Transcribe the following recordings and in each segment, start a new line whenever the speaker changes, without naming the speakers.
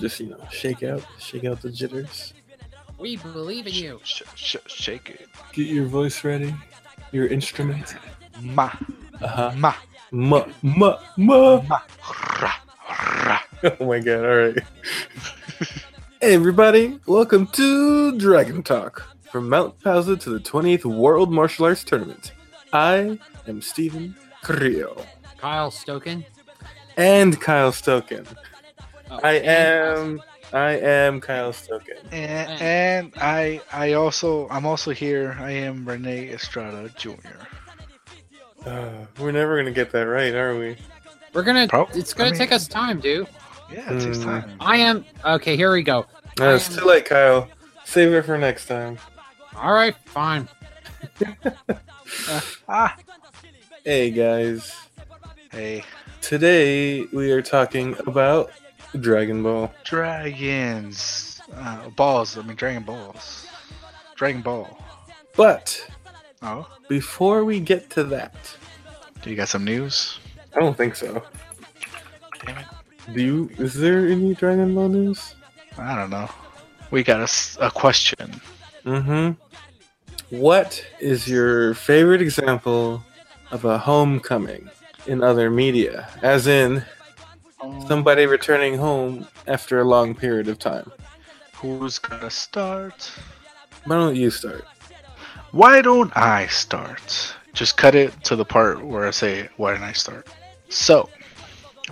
Just you know, shake out, shake out the jitters.
We believe in you.
Sh- sh- shake it.
Get your voice ready, your instrument.
Ma.
Uh huh.
Ma.
Ma, ma, ma.
Ma. Ra. Ra.
Oh my god! All right. hey everybody, welcome to Dragon Talk from Mount Pausa to the 20th World Martial Arts Tournament. I am Stephen Creo
Kyle Stoken.
and Kyle Stoken.
Oh,
I
and-
am, I am Kyle Stoken.
Mm.
And, and I I also I'm also here. I am Renee Estrada Jr.
Uh, we're never gonna get that right, are we?
We're gonna.
Pro-
it's gonna
I mean-
take us time, dude.
Yeah, it takes
Mm.
time.
I am. Okay, here we go.
No, it's too late, Kyle. Save it for next time.
All right, fine.
Ah,
Hey guys,
hey,
today we are talking about Dragon Ball.
dragons, uh, balls. I mean, dragon balls, Dragon Ball.
But
Oh,
before we get to that,
do you got some news?
I don't think so.
Damn it.
Do you? Is there any Dragon Ball news?
I don't know. We got a, s- a question.
Mm-hmm. What is your favorite example of a homecoming in other media? As in somebody returning home after a long period of time.
Who's gonna start?
Why don't you start?
Why don't I start? Just cut it to the part where I say, why didn't I start? So,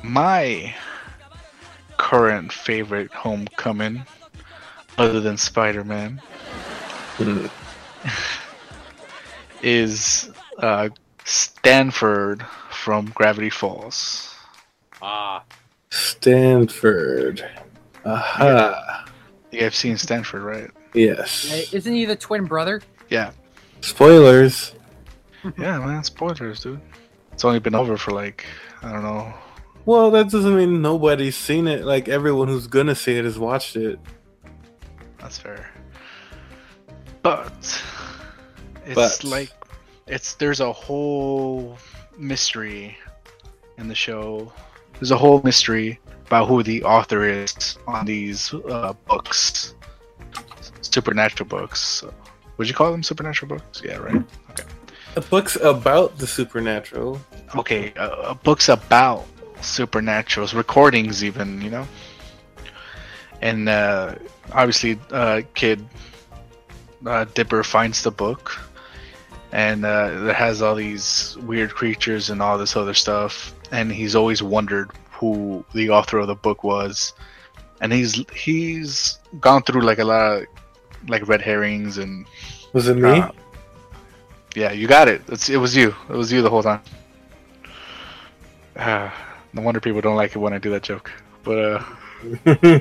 my current favorite homecoming, other than Spider Man,
Hmm.
is uh, Stanford from Gravity Falls.
Ah,
Stanford. Aha.
You guys have seen Stanford, right?
hey,
Yes.
isn't he the twin brother?
Yeah.
Spoilers.
Yeah, man, spoilers, dude. It's only been over for like, I don't know.
Well, that doesn't mean nobody's seen it. Like everyone who's gonna see it has watched it.
That's fair. But it's
But.
like it's there's a whole mystery in the show. There's a whole mystery about who the author is on these uh, books, supernatural books. Would you call them supernatural books? Yeah, right.
The book's about the supernatural.
Okay, uh, uh, books about supernaturals, recordings, even you know. And uh, obviously, uh, kid uh, Dipper finds the book, and uh, it has all these weird creatures and all this other stuff. And he's always wondered who the author of the book was, and he's he's gone through like a lot of like red herrings and
Was it me?
uh, yeah, you got it. It's, it was you. It was you the whole time. Uh, no wonder people don't like it when I do that joke. But uh,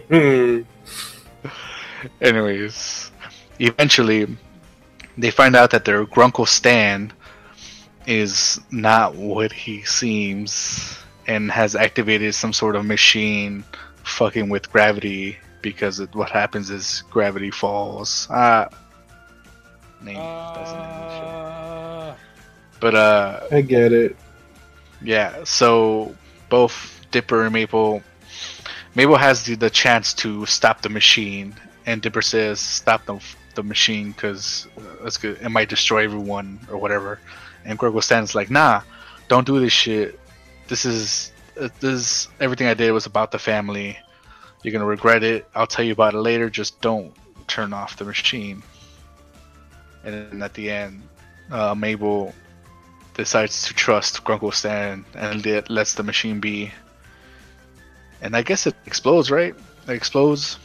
anyways, eventually they find out that their Grunkle Stan is not what he seems and has activated some sort of machine fucking with gravity because it, what happens is gravity falls. Ah, name doesn't end shit.
Uh,
But uh,
I get it.
yeah. So both Dipper and Maple, Maple has the, the chance to stop the machine, and Dipper says, "Stop the the machine because it's good. It might destroy everyone or whatever." And Gorgo stands like, "Nah, don't do this shit. This is uh, this everything I did was about the family. You're gonna regret it. I'll tell you about it later. Just don't turn off the machine." And then at the end, uh, Mabel decides to trust Grunkle Stan and let, lets the machine be. And I guess it explodes, right? It explodes,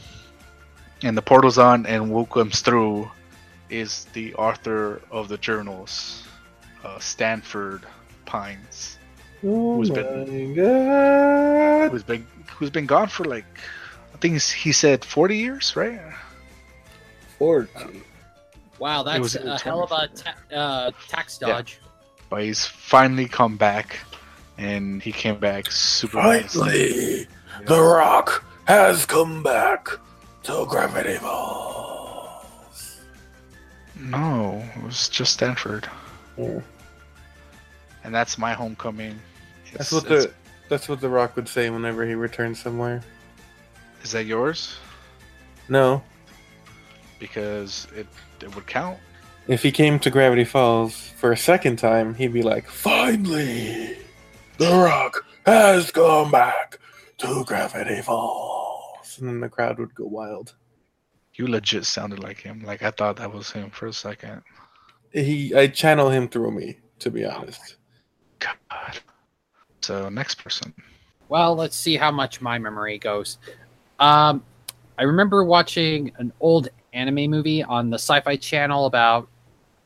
and the portal's on, and what comes through is the author of the journals, uh, Stanford Pines,
Oh
Who's
my
been-
god.
who's been who's been gone for like, I think he's- he said forty years, right?
Forky.
wow, that's
was- it
a
was
hell of a ta- uh, tax dodge.
But he's finally come back, and he came back super. nice.
Finally, The Rock has come back to Gravity Falls.
No, Oh, it was just Stanford.
Yeah.
and that's my homecoming.
That's
It's-
what
it's-
the that's what The Rock would say whenever he returns somewhere.
Is that yours?
No.
Because it it would count.
If he came to Gravity Falls for a second time, he'd be like, Finally, The Rock has come back to Gravity Falls. And then the crowd would go wild.
You legit sounded like him. Like I thought that was him for a second.
He, I channel him through me, to be honest.
God. So next person.
Well, let's see how much my memory goes. Um, I remember watching an old anime movie on the Sci Fi Channel about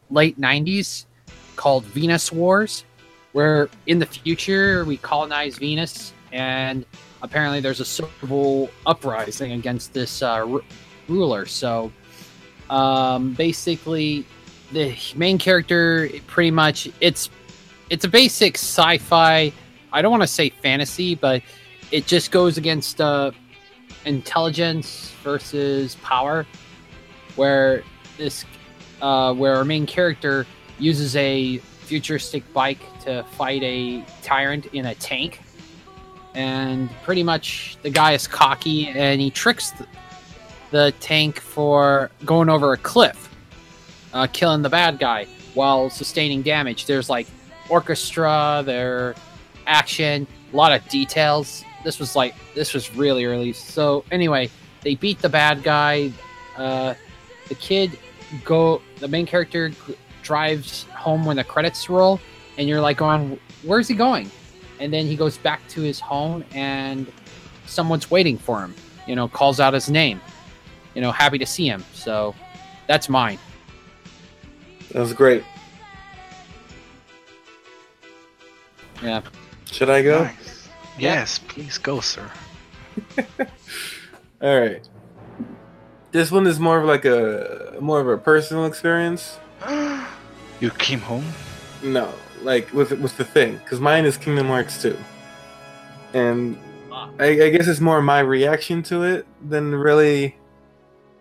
late 90s called Venus Wars, where in the future we colonize Venus, and apparently there's a civil uprising against this uh, r- ruler. So um, basically, the main character it pretty much it's it's a basic sci-fi i don't want to say fantasy but it just goes against uh, intelligence versus power where this uh, where our main character uses a futuristic bike to fight a tyrant in a tank and pretty much the guy is cocky and he tricks the, the tank for going over a cliff uh, killing the bad guy while sustaining damage there's like orchestra their action a lot of details this was like this was really early so anyway they beat the bad guy uh, the kid go the main character g- drives home when the credits roll and you're like going where's he going and then he goes back to his home and someone's waiting for him you know calls out his name you know happy to see him so that's mine
That was great.
yeah
Should I go?
Nice. Yes, please go, sir.
All right. This one is more of like a more of a personal experience.
you came home.
No, like with with the thing, because mine is Kingdom Hearts two, and I, I guess it's more my reaction to it than really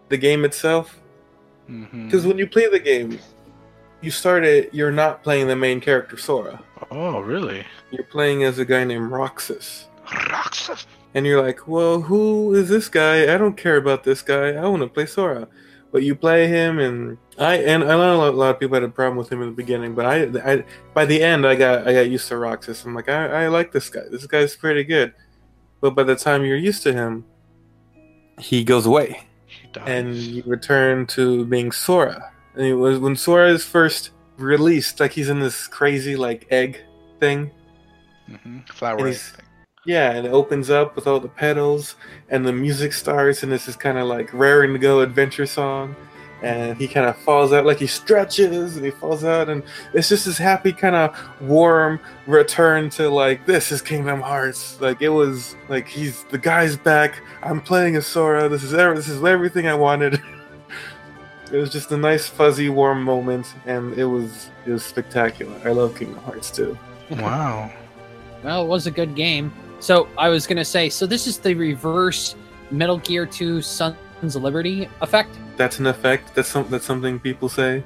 the game itself.
Mm-hmm.
Because when you play the game, you start it. You're not playing the main character Sora.
Oh, really?
You're playing as a guy named Roxas,
Roxas.
and you're like, "Well, who is this guy? I don't care about this guy. I want to play Sora." But you play him, and I and I know a lot- a lot of people had a problem with him in the beginning, but I, I by the end I got I got used to Roxas. I'm like, I, I like this guy. This guy's pretty good. But by the time you're used to him, he goes away
He dies.
and you return to being Sora. And it was when Sora is first released, like he's in this crazy like egg thing.
hmm
and
flower.
he's- Yeah, and it opens up with all the petals and the music starts and this is kinda like raring to go adventure song. And he kind of falls out, like he stretches and he falls out, and it's just this happy kind of warm return to like this is Kingdom Hearts. Like it was like he's the guy's back. I'm playing as Sora. This is ever, this is everything I wanted. it was just a nice fuzzy warm moment, and it was it was spectacular. I love Kingdom Hearts too.
Wow.
Well, it was a good game. So I was gonna say, so this is the reverse Metal Gear 2 Sons of Liberty effect.
That's an effect. That's some, that's something people say.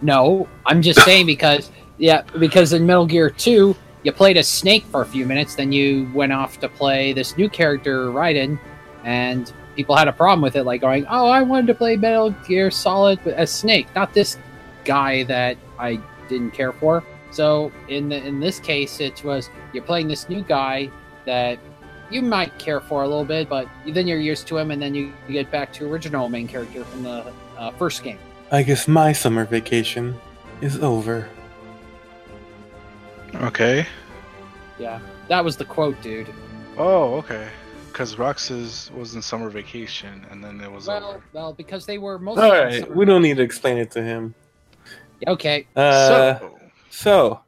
No, I'm just saying because yeah, because in Metal Gear 2, you played a snake for a few minutes, then you went off to play this new character Raiden, and people had a problem with it, like going, "Oh, I wanted to play Metal Gear Solid with- as Snake, not this guy that I didn't care for." So in the, in this case, it was you're playing this new guy that you might care for a little bit, but then you're used to him, and then you, you get back to original main character from the uh, first game.
I guess my summer vacation is over.
Okay.
Yeah, that was the quote, dude.
Oh, okay. Because Roxas was in summer vacation, and then it was
Well,
over.
well, because they were mostly.
All right, we don't need to explain it to him.
Okay.
Uh,
so,
so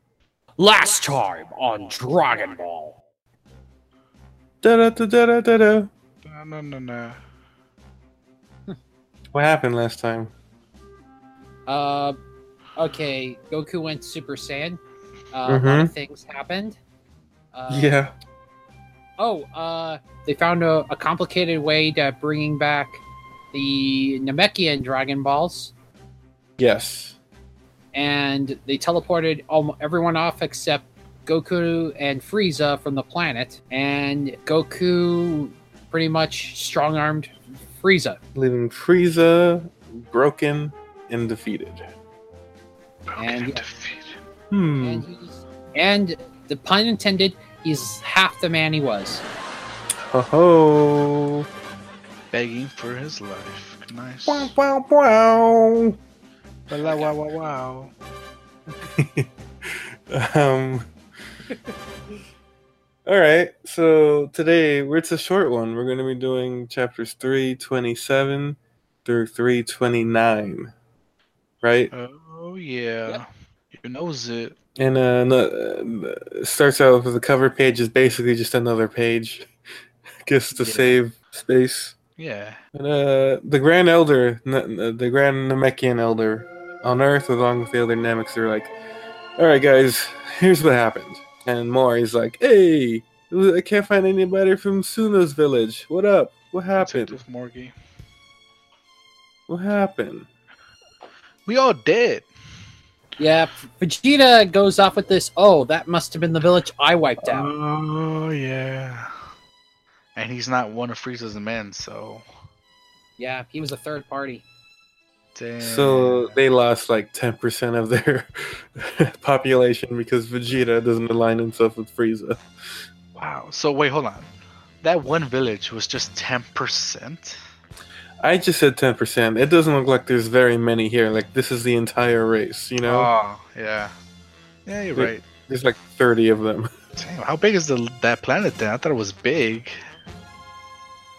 Last time on Dragon Ball.
da da da da da da.
no, no, no, no.
What happened last time?
Uh, okay. Goku went Super Saiyan. Uh, A lot
Mhm.
of things happened. Uh,
yeah.
Oh, uh, they found a, a complicated way to bringing back the Namekian Dragon Balls,
Yes.
and they teleported almost everyone off except Goku and Frieza from the planet. And Goku pretty much strong armed Frieza.
leaving Frieza broken and defeated.
Broken
And-
and defeated.
Hmm.
And, he's, and the pun intended, he's half the man he was.
Ho ho.
Begging for his life. Nice.
Wow wow wow.
Wow, wow, wow, wow.
Um. All right, so today we're- it's a short one. We're going to be doing chapters 327 through 329, right?
Oh, yeah. You knows it.
And uh, no, uh, it starts out with the cover page is basically just another page, just to
Yeah.
save space.
Yeah.
And, uh, the Grand Elder, n- n- the Grand Namekian Elder on Earth, along with the other Nameks, they're like, all right, guys, here's what happened. And Mori's like, hey, I can't find anybody from Suno's village. What up? What
What's up
happened?
with Morgy?
What happened?
We all dead.
Yeah, Vegeta goes off with this. Oh, that must have been the village I wiped
Uh-huh.
out.
Oh, yeah. And he's not one of Frieza's men, so.
Yeah, he was a third party.
Damn.
So they lost like 10% of their population because Vegeta doesn't align himself with Frieza.
Wow. So wait, hold on. That one village was just ten percent.
I just said 10%. It doesn't look like there's very many here. Like, this is the entire race, you know?
Oh, yeah. Yeah, you're
They-
right.
there's like 30 of them.
Damn, how big is the that planet then? I thought it was big.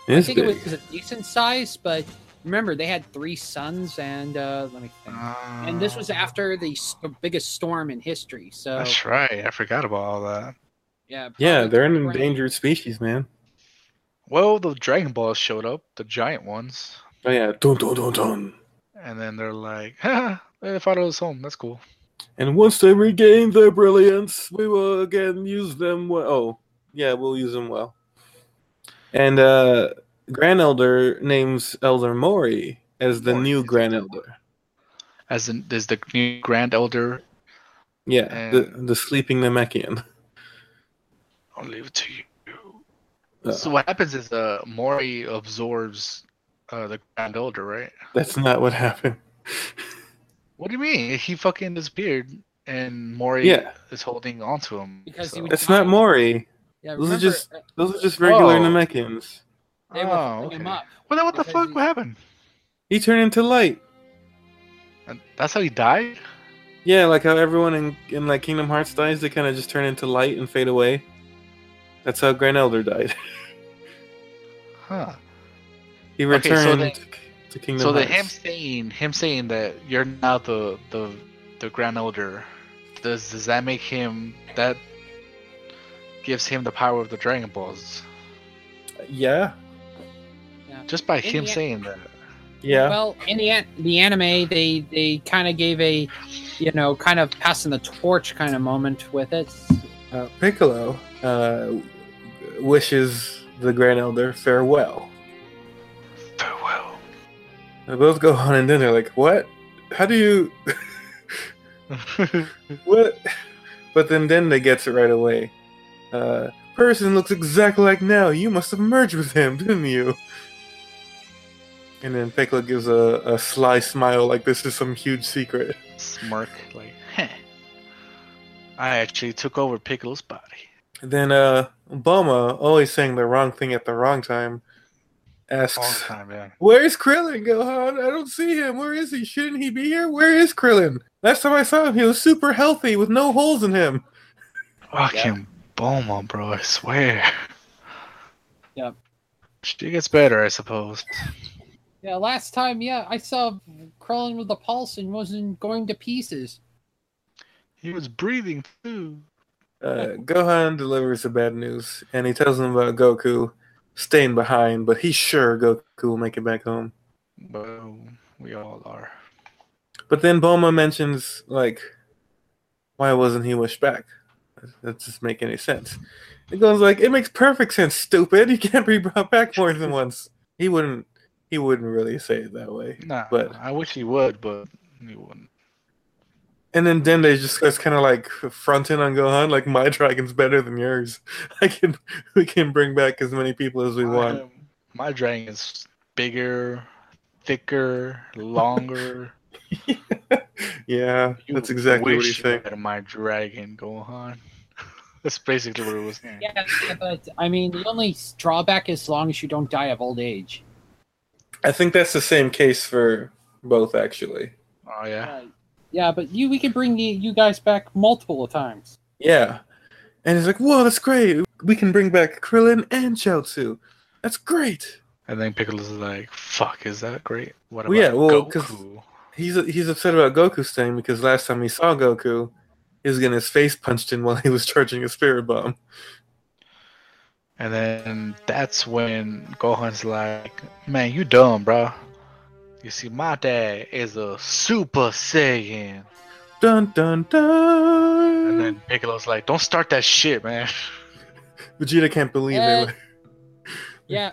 I
It's
think it was,
big.
it was a decent size, but remember they had three sons, and uh, let me think. and this
Uh.
was
Ah,
after the s- biggest storm in history. So
That's right. I forgot about all that.
yeah,
Yeah,
Oh,
probably
they're an
around-
endangered species, man.
Well, the Dragon Balls showed up, the giant ones,
Oh yeah, dun dun dun dun.
and then they're like, "Ha! They found us home. That's cool."
And once they regain their brilliance, we will again use them well. Oh, yeah, we'll use them well. And uh Grand Elder names Elder Mori as the
Mori.
new Grand Elder.
As in, there's the new Grand Elder.
Yeah, the,
And-
the sleeping Namekian.
I'll leave it to you.
Uh,
So what happens is, uh, Mori absorbs uh, the Grand Elder, right?
That's not what happened.
What do you mean? He fucking disappeared, and Mori
Yeah,
is holding on to him.
Because he
so-
was-
that's not Mori.
Yeah,
Those are
remember,
just-
uh,
Those are just regular
Oh.
Namekians.
they were
Oh,
filling him
okay.
up.
Well, then what the
Because
fuck?
he-
What happened?
He turned into light.
And that's how he died.
Yeah, like how everyone in, in like Kingdom Hearts dies, they kind of just turn into light and fade away. That's how Grand Elder died.
Huh.
He
Okay, so
returned
they-
to Kingdom
so the
Hearts.
him saying him saying that you're now the the the grand elder, does does that make him that gives him the power of the Dragon Balls?
yeah,
Just by
In
him
the-
saying that.
yeah.
Well, in the an- the anime, they they kind of gave a, you know, kind of passing the torch kind of moment with it.
uh, Piccolo uh, wishes the Grand Elder farewell.
Farewell.
They both go on and then they're like, "What? How do you what?" But then Dende gets it right away. Uh, Person looks exactly like now. You must have merged with him, didn't you? And then Piccolo gives a, a sly smile, like this is some huge secret.
Smirk like, heh. I actually took over Piccolo's body.
Then uh Boma, always saying the wrong thing at the wrong time,
All the
asks
time, yeah.
Where's Krillin, Gohan? I don't see him. Where is he? Shouldn't he be here? Where is Krillin? Last time I saw him, he was super healthy with no holes in him.
Fucking Bulma, bro, I swear.
Yep.
She gets better, I suppose.
Yeah, last time, yeah, I saw Krillin with the pulse and wasn't going to pieces.
He was breathing too.
Uh, Gohan delivers the bad news, and he tells him about Goku staying behind, but he's sure Goku will make it back home.
Well, we all are.
But then Boma mentions, like, why wasn't he wished back? That doesn't make any sense. And Gohan's like, it makes perfect sense, stupid. He can't be brought back more than once. He wouldn't. He wouldn't really say it that way.
Nah,
But-
but I wish he would, but he wouldn't.
And then Dende just starts kind of like fronting on Gohan, like my dragon's better than yours. I can we can bring back as many people as we want.
I'm My dragon is bigger, thicker, longer.
Yeah,
You
that's exactly what
wish
he's
you
saying.
had My dragon, Gohan. That's basically what it was. saying.
Yeah, but I mean, the only drawback is as long as you don't die of old age.
I think that's the same case for both, actually.
Oh yeah.
Right. Yeah, but you we can bring you, you guys back multiple times.
Yeah. And he's like, whoa, that's great. We can bring back Krillin and Chaozu. That's great.
And then Piccolo's like, "Fuck, is that great? What about
Well, yeah, well, 'cause-
Goku?"
He's he's upset about Goku's thing because last time he saw Goku, he was getting his face punched in while he was charging a spirit bomb.
And then that's when Gohan's like, "Man, you dumb, bro. You see, my dad is a Super Saiyan."
Dun dun dun.
And then Piccolo's like, "Don't start that shit, man."
Vegeta can't believe it.
Eh. Yeah,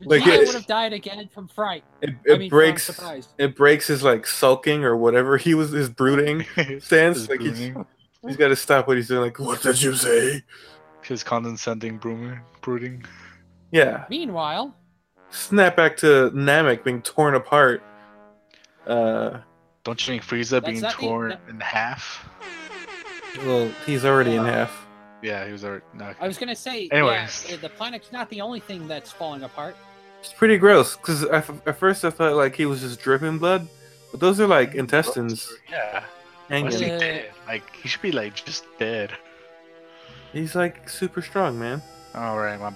Like,
Vegeta
it-
would have died again from fright.
It,
I
it
mean, from
breaks.
surprise.
It breaks his like sulking or whatever he was his brooding stance.
His
like he's,
brooding-
he's got to stop what he's doing. Like, what did you say?
his condescending brooding, brooding.
Yeah.
Meanwhile,
Snap back to Namek being torn apart. Uh,
Don't you mean Frieza
That's
being
not the-
torn
that-
in half?
well, he's already in half.
Yeah, he was already. No,
I was gonna say,
Anyways.
yeah, the planet's not the only thing that's falling apart.
It's pretty gross because at first I thought like he was just dripping blood, but those are like intestines
Yeah, why is he
hanging.
Yeah.
dead? Like he should be like just dead.
He's like super strong, man.
All right, my,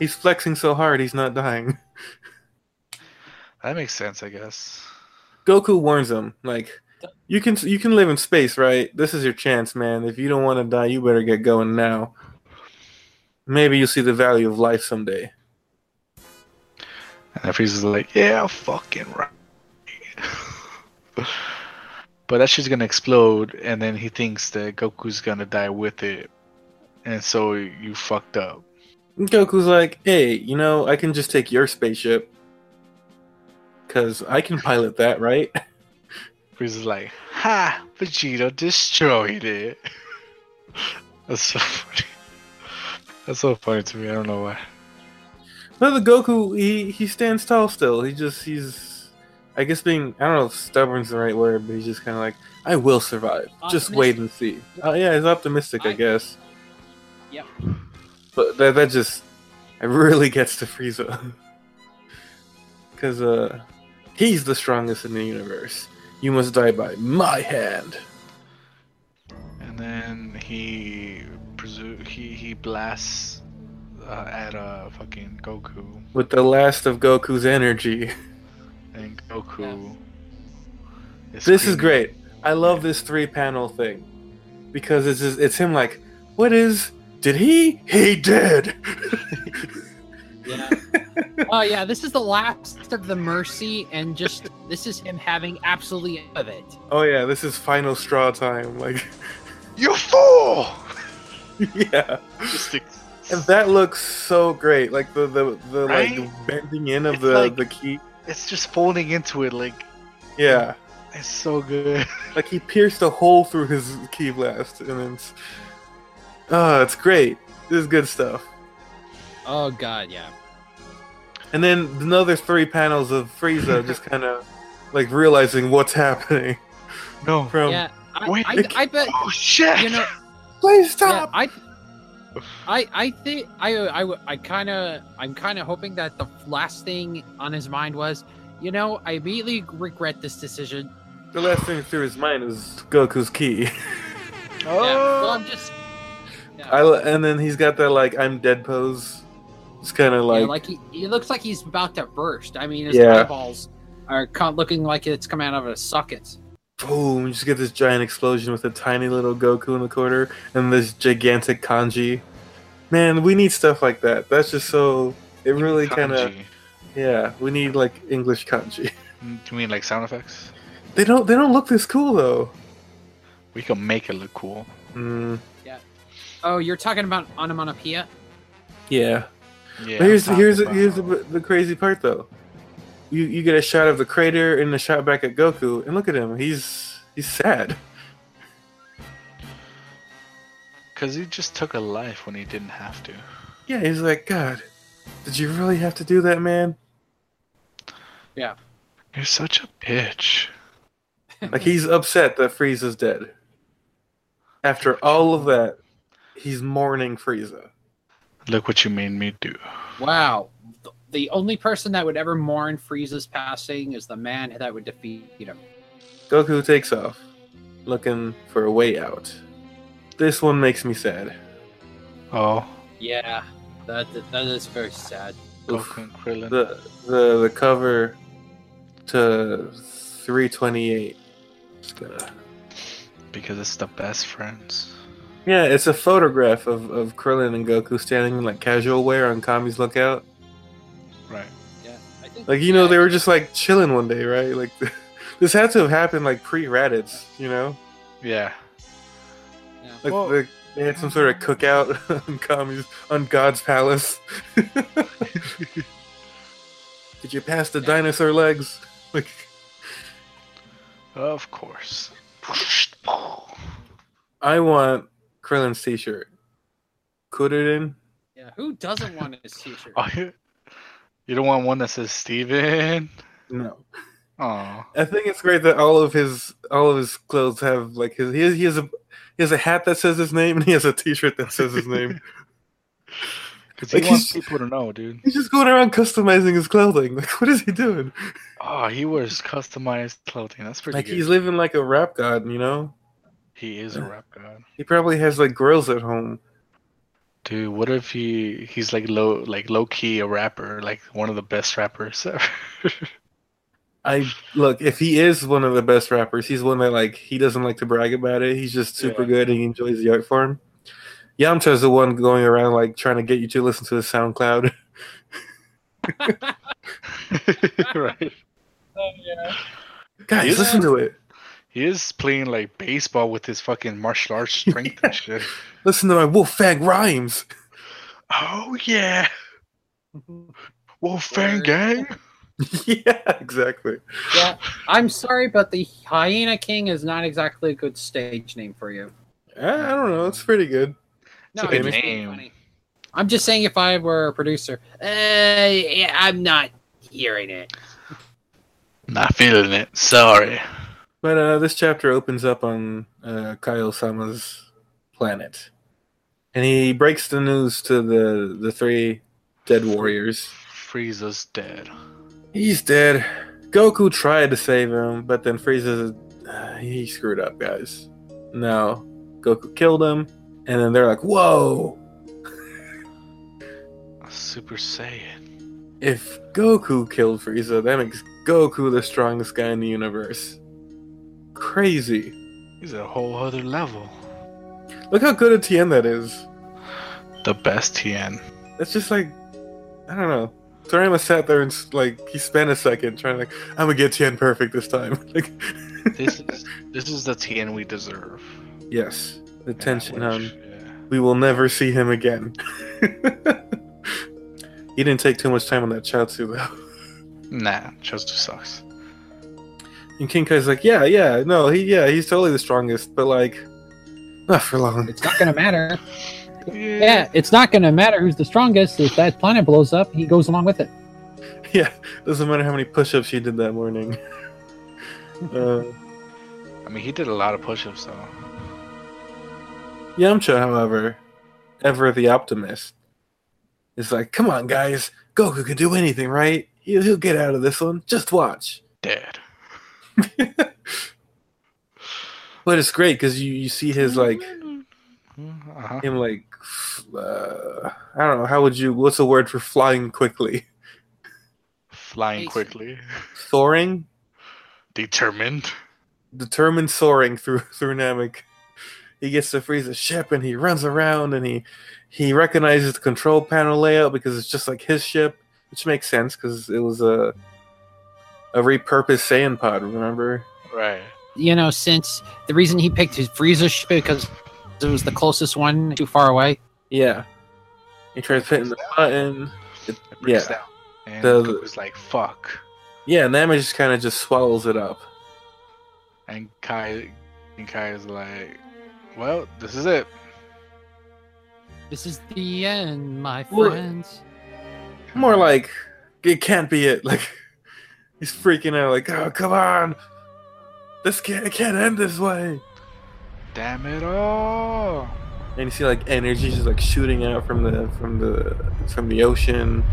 He's flexing so hard he's not dying.
that makes sense, I guess.
Goku warns him like, "You can you can live in space, right? This is your chance, man. If you don't want to die, you better get going now. Maybe you'll see the value of life someday."
And then Frieza's like, yeah, fucking right. but that shit's gonna explode, and then he thinks that Goku's gonna die with it, and so you fucked up.
And Goku's like, "Hey, you know, I can just take your spaceship." Cause I can pilot that, right?
Frieza's like, ha, Vegeta destroyed it. That's so funny. That's so funny to me. I don't know why.
No, the Goku he he stands tall still. He just he's, I guess being I don't know if stubborn's the right word, but he's just kind of like, I will survive. Just
Optimistic.
wait and see. Oh yeah, he's optimistic, I,
I-
guess.
Yep.
But that that just it really gets to Frieza, because uh, he's the strongest in the universe. You must die by my hand.
And then he presu- he he blasts uh, at uh fucking Goku,
With the last of Goku's energy.
and Goku. is
This is great.
screaming.
I love this three panel thing because it's just, it's him like, what is? Did he? He did.
Yeah. oh yeah, this is the last of the mercy, and just this is him having absolutely none of it.
oh yeah, this is final straw time. Like,
You fool!
yeah,
Just ex-
and that looks so great. Like the the, the
Right?
like bending in of
It's
the
like-
the key.
it's just folding into it like
Yeah,
it's so good.
like he pierced a hole through his key blast, and then it's oh, it's great. This is good stuff.
Oh god, yeah.
And then another three panels of Frieza just kind of like realizing what's happening
No.
from.
yeah, I,
Wait,
I,
it-
I bet
Oh shit!
you know.
Please
Yeah,
stop.
I,
Oh.
I, I think I, I, I kind of, I'm kind of hoping that the last thing on his mind was, you know, I immediately regret this decision.
The last thing through his mind was Goku's key.
Yeah,
oh.
well, I'm just. Yeah.
Uh, I, and then he's got that like I'm dead pose. It's kind of
Yeah,
like,
like he, he looks like he's about to burst. I mean, his
Yeah.
eyeballs are co- looking like it's coming out of a socket.
boom! You just get this giant explosion with a tiny little Goku in the corner and this gigantic kanji. Man, we need stuff like that. That's just so. It really kind of
Kanji.
yeah. We need like English kanji.
You mean like sound effects?
They don't they don't look this cool though.
We can make it look cool.
Mm,
Oh, you're talking about onomatopoeia?
yeah.
Yeah.
But here's
I'm
here's
talking
here's the,
about-
the crazy part though. You you get a shot of the crater and a shot back at Goku, and look at him. He's he's sad.
Cause he just took a life when he didn't have to.
Yeah, he's like, God, Did you really have to do that, man?
You're such a bitch.
Like he's upset that Frieza's dead. After all of that, he's mourning Frieza.
Look what you made me do.
Wow. Th- The only person that would ever mourn Frieza's passing is the man that would defeat him.
Goku takes off, looking for a way out. This one makes me sad.
Oh,
Yeah, that that, that is very sad.
Oof.
Goku and Krillin.
The the the cover to 328. It's gonna-
because it's the best friends.
Yeah, it's a photograph of, of Krillin and Goku standing in like casual wear on Kami's lookout.
Right.
Yeah, I think
Like you know, they were just like chilling one day, right? Like this had to have happened like pre Raditz, you know?
Yeah.
Like
Well-
they, they had some sort of cookout on Kami's on God's palace. Did you pass the dinosaur legs? Like
Of course.
I want Krillin's t-shirt. Kuririn.
Yeah, who doesn't want his t-shirt?
Oh, you you don't want one that says Steven?
No,
Oh,
I think it's great that all of his all of his clothes have like his he has, he has a he has a hat that says his name and he has a t-shirt that says his name.
because he
Like,
wants
he's-
people to know, dude.
He's just going around customizing his clothing. Like what is he doing?
Oh, he wears customized clothing. That's pretty
Like
good.
he's living like a rap god, you know?
He is a rap god,
He probably has like girls at home.
dude. What if he he's like low like low key a rapper, like one of the best rappers ever?
I look if he is one of the best rappers, he's one that like he doesn't like to brag about it. He's just super
Yeah.
good and he enjoys the art form. Yamcha's the one going around like trying to get you to listen to his SoundCloud.
right.
Guys,
Yeah.
listen to it.
He is playing like baseball with his fucking martial arts strength and shit.
Listen to my Wolffang rhymes.
Oh yeah. Well, Fang
Word.
Gang.
yeah, exactly.
yeah, I'm sorry, but the Hyena King is not exactly a good stage name for you.
I, I don't know. It's pretty good.
No,
It's a
I'm
good
just being
name.
funny. I'm just saying, if I were a producer, uh, yeah, I'm not hearing it.
Not feeling it. Sorry.
But uh, this chapter opens up on uh, Kyle Sama's planet, and he breaks the news to the the three dead warriors.
Frieza's dead.
He's dead. Goku tried to save him, but then Frieza, uh, he screwed up, guys. No, Goku killed him, and then they're like, "Whoa!
Super Saiyan.
If Goku killed Frieza, that makes Goku the strongest guy in the universe. Crazy!
He's at a whole other level.
Look how good a Tien that is.
The best Tien.
That's just like, I don't know." Toriyama sat there and s- like he spent a second trying to like I'm gonna get Tien perfect this time. like,
This is this is the Tien we deserve.
yes, the tension
Yeah,
on
which- yeah.
We will never see him again. he didn't take too much time on that Chaozu though.
Nah, Chosu sucks.
And King Kai's like, yeah, yeah, no, he, yeah, he's totally the strongest, but like, not for long.
It's not gonna matter. Yeah, it's not gonna matter who's the strongest. If that planet blows up, he goes along with it.
yeah, doesn't matter how many push-ups he did that morning. uh,
I mean, he did a lot of push-ups though.
Yamcha, however, ever the optimist, is like, come on, guys, Goku can do anything, right? He'll, he'll get out of this one. Just watch.
Dead.
But it's great because you, you see his like
Uh-huh.
him like f- uh, I don't know how would you what's the word for flying quickly?
Flying
Nice.
quickly.
Soaring,
Determined.
determined soaring through through Namek. He gets to freeze a ship and he runs around and he he recognizes the control panel layout because it's just like his ship, which makes sense because it was a a repurposed Saiyan pod. Remember?
Right.
You know, since the reason he picked his Frieza ship because it was the closest one, too far away.
Yeah. He tries hitting the button.
It breaks
Yeah.
down. And
The-
Goku's like, fuck.
Yeah, Namek just kind of just swallows it up.
And Kai, and Kai is like, well, this is it.
This is the end, my
Well-
friends.
More like it can't be it. Like he's freaking out. Like oh come on, this can't it can't end this way.
Damn it all!
And you see like energy just like shooting out from the from the from the ocean.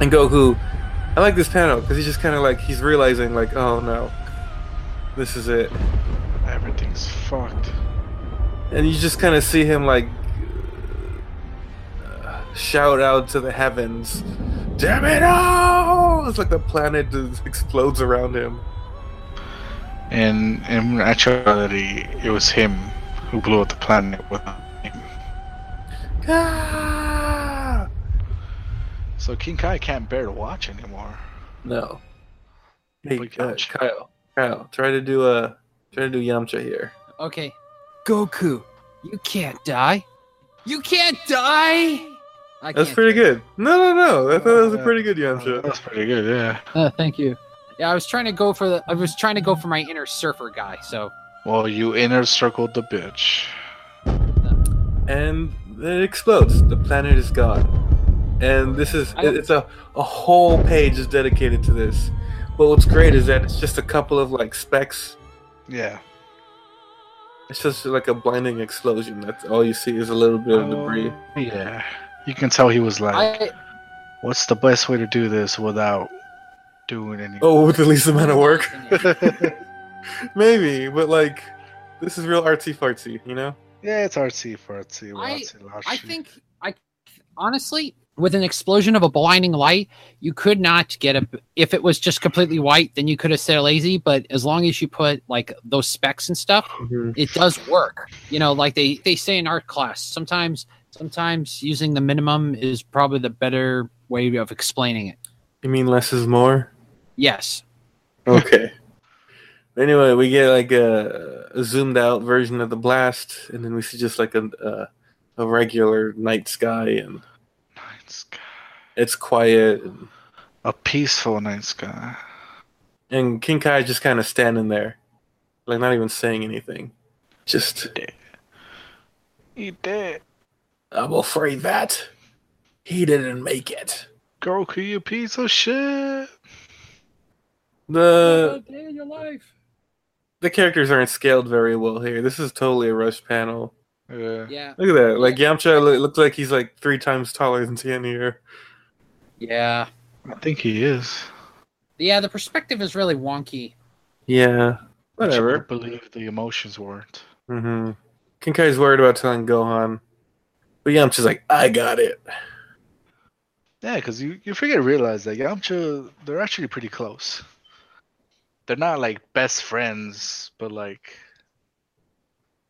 And Goku, I like this panel because he's just kind of like he's realizing like oh no, this is it.
Everything's fucked.
and you just kind of see him like uh, shout out to the heavens damn it all it's like the planet just explodes around him
And in actuality, it was him who blew up the planet with him.
Ah!
So King Kai can't bear to watch anymore.
no hey
Holy
uh,
gosh.
kyle kyle try to do a try to do yamcha here
Okay. Goku, you can't die. You can't die. I
that's
can't
pretty
do it.
good no no no i thought that was a pretty good
That
yamcha
was pretty good, yeah.
Uh, thank you. Yeah, I was trying to go for the. I was trying to go for my inner surfer guy. So
Well, you inner circled the bitch.
and it explodes the planet is gone and this is
I don't-
it's a, a whole page is dedicated to this but what's great is that it's just a couple of like specks
Yeah.
It's just like a blinding explosion. That's all you see is a little bit of
Oh.
debris.
Yeah. You can tell he was like,
I
what's the best way to do this without doing any.
Oh, with the least amount of work. Maybe, but like, this is real artsy fartsy, you know?
Yeah, it's artsy fartsy.
I-
artsy
I
lartsy.
think I honestly with an explosion of a blinding light, you could not get a if it was just completely white, then you could have said lazy, but as long as you put like those specs and stuff, it does work. You know, like they they say in art class, sometimes sometimes using the minimum is probably the better way of explaining it.
You mean less is more?
Yes.
Okay. anyway, we get like a, a zoomed out version of the blast, and then we see just like a, a, a regular night sky, and
Night sky.
it's quiet. And,
A peaceful night sky.
and King Kai is just kind of standing there, like not even saying anything. Just
He did.
I'm afraid that he didn't make it.
Goku, you piece of shit.
The
day in your life.
the characters aren't scaled very well here. This is totally a rush panel.
Yeah.
Yeah.
Look at that. Like Yamcha lo- looks like he's like three times taller than Tien here.
Yeah.
I think he is.
Yeah, the perspective is really wonky.
Yeah.
But you
Whatever.
don't believe the emotions weren't.
Mm-hmm. Kinkai's worried about telling Gohan. But Yamcha's like, I got it.
Yeah, because you, you figure to realize that Yamcha, they're actually pretty close. They're not like best friends, but like,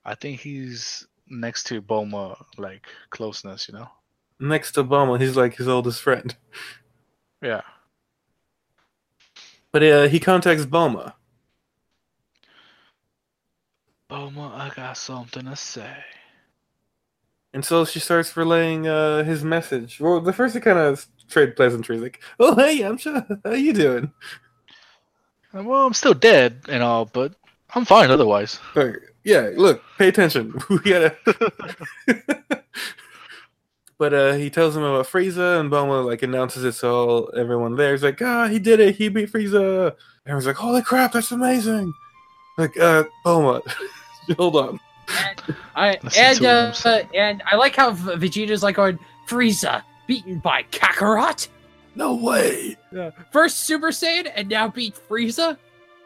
I think he's next to Boma, like closeness, you know?
Next to Bulma, he's like his oldest friend.
Yeah.
But uh, he contacts Bulma.
Boma, I got something to say.
And so she starts relaying uh, his message. Well, the first they kind of trade pleasantries, like, "Oh hey, Yamcha, how you doing?"
And, Well, I'm still dead and all, but I'm fine otherwise.
Like, yeah, look, pay attention. we gotta. but uh, he tells him about Frieza, and Boma like announces it to all everyone there. He's like, "Ah, he did it! He beat Frieza!" Everyone's like, "Holy crap, that's amazing!" Like, uh, Boma, hold on.
I,
Listen
and
to him,
uh,
son.
and I like how V- Vegeta's like going Frieza beaten by Kakarot,
No way.
first Super Saiyan, and now beat Frieza.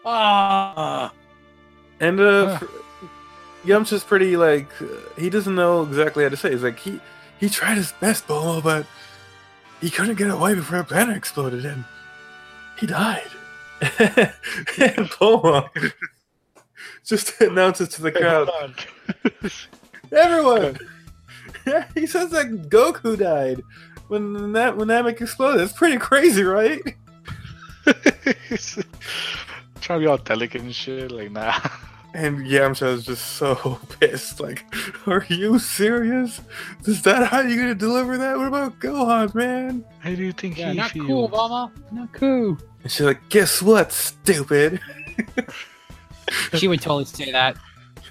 Ah,
And uh,
Huh.
fr- Yamcha's pretty like uh, he doesn't know exactly how to say. it. He's like he he tried his best, Bomo, but he couldn't get away before a planet exploded, and he died. Bomo just announces to the crowd, everyone. he says that Goku died when that when Namek exploded. It's pretty crazy, right?
Trying to be all delicate and shit, like, nah.
And Yamcha is just so pissed. Like, are you serious? Is that how you're gonna deliver that? What about Gohan, man?
How do you think
yeah,
he
not
feels?
cool, Mama. Not cool.
And she's like, guess what, stupid?
she would totally say that.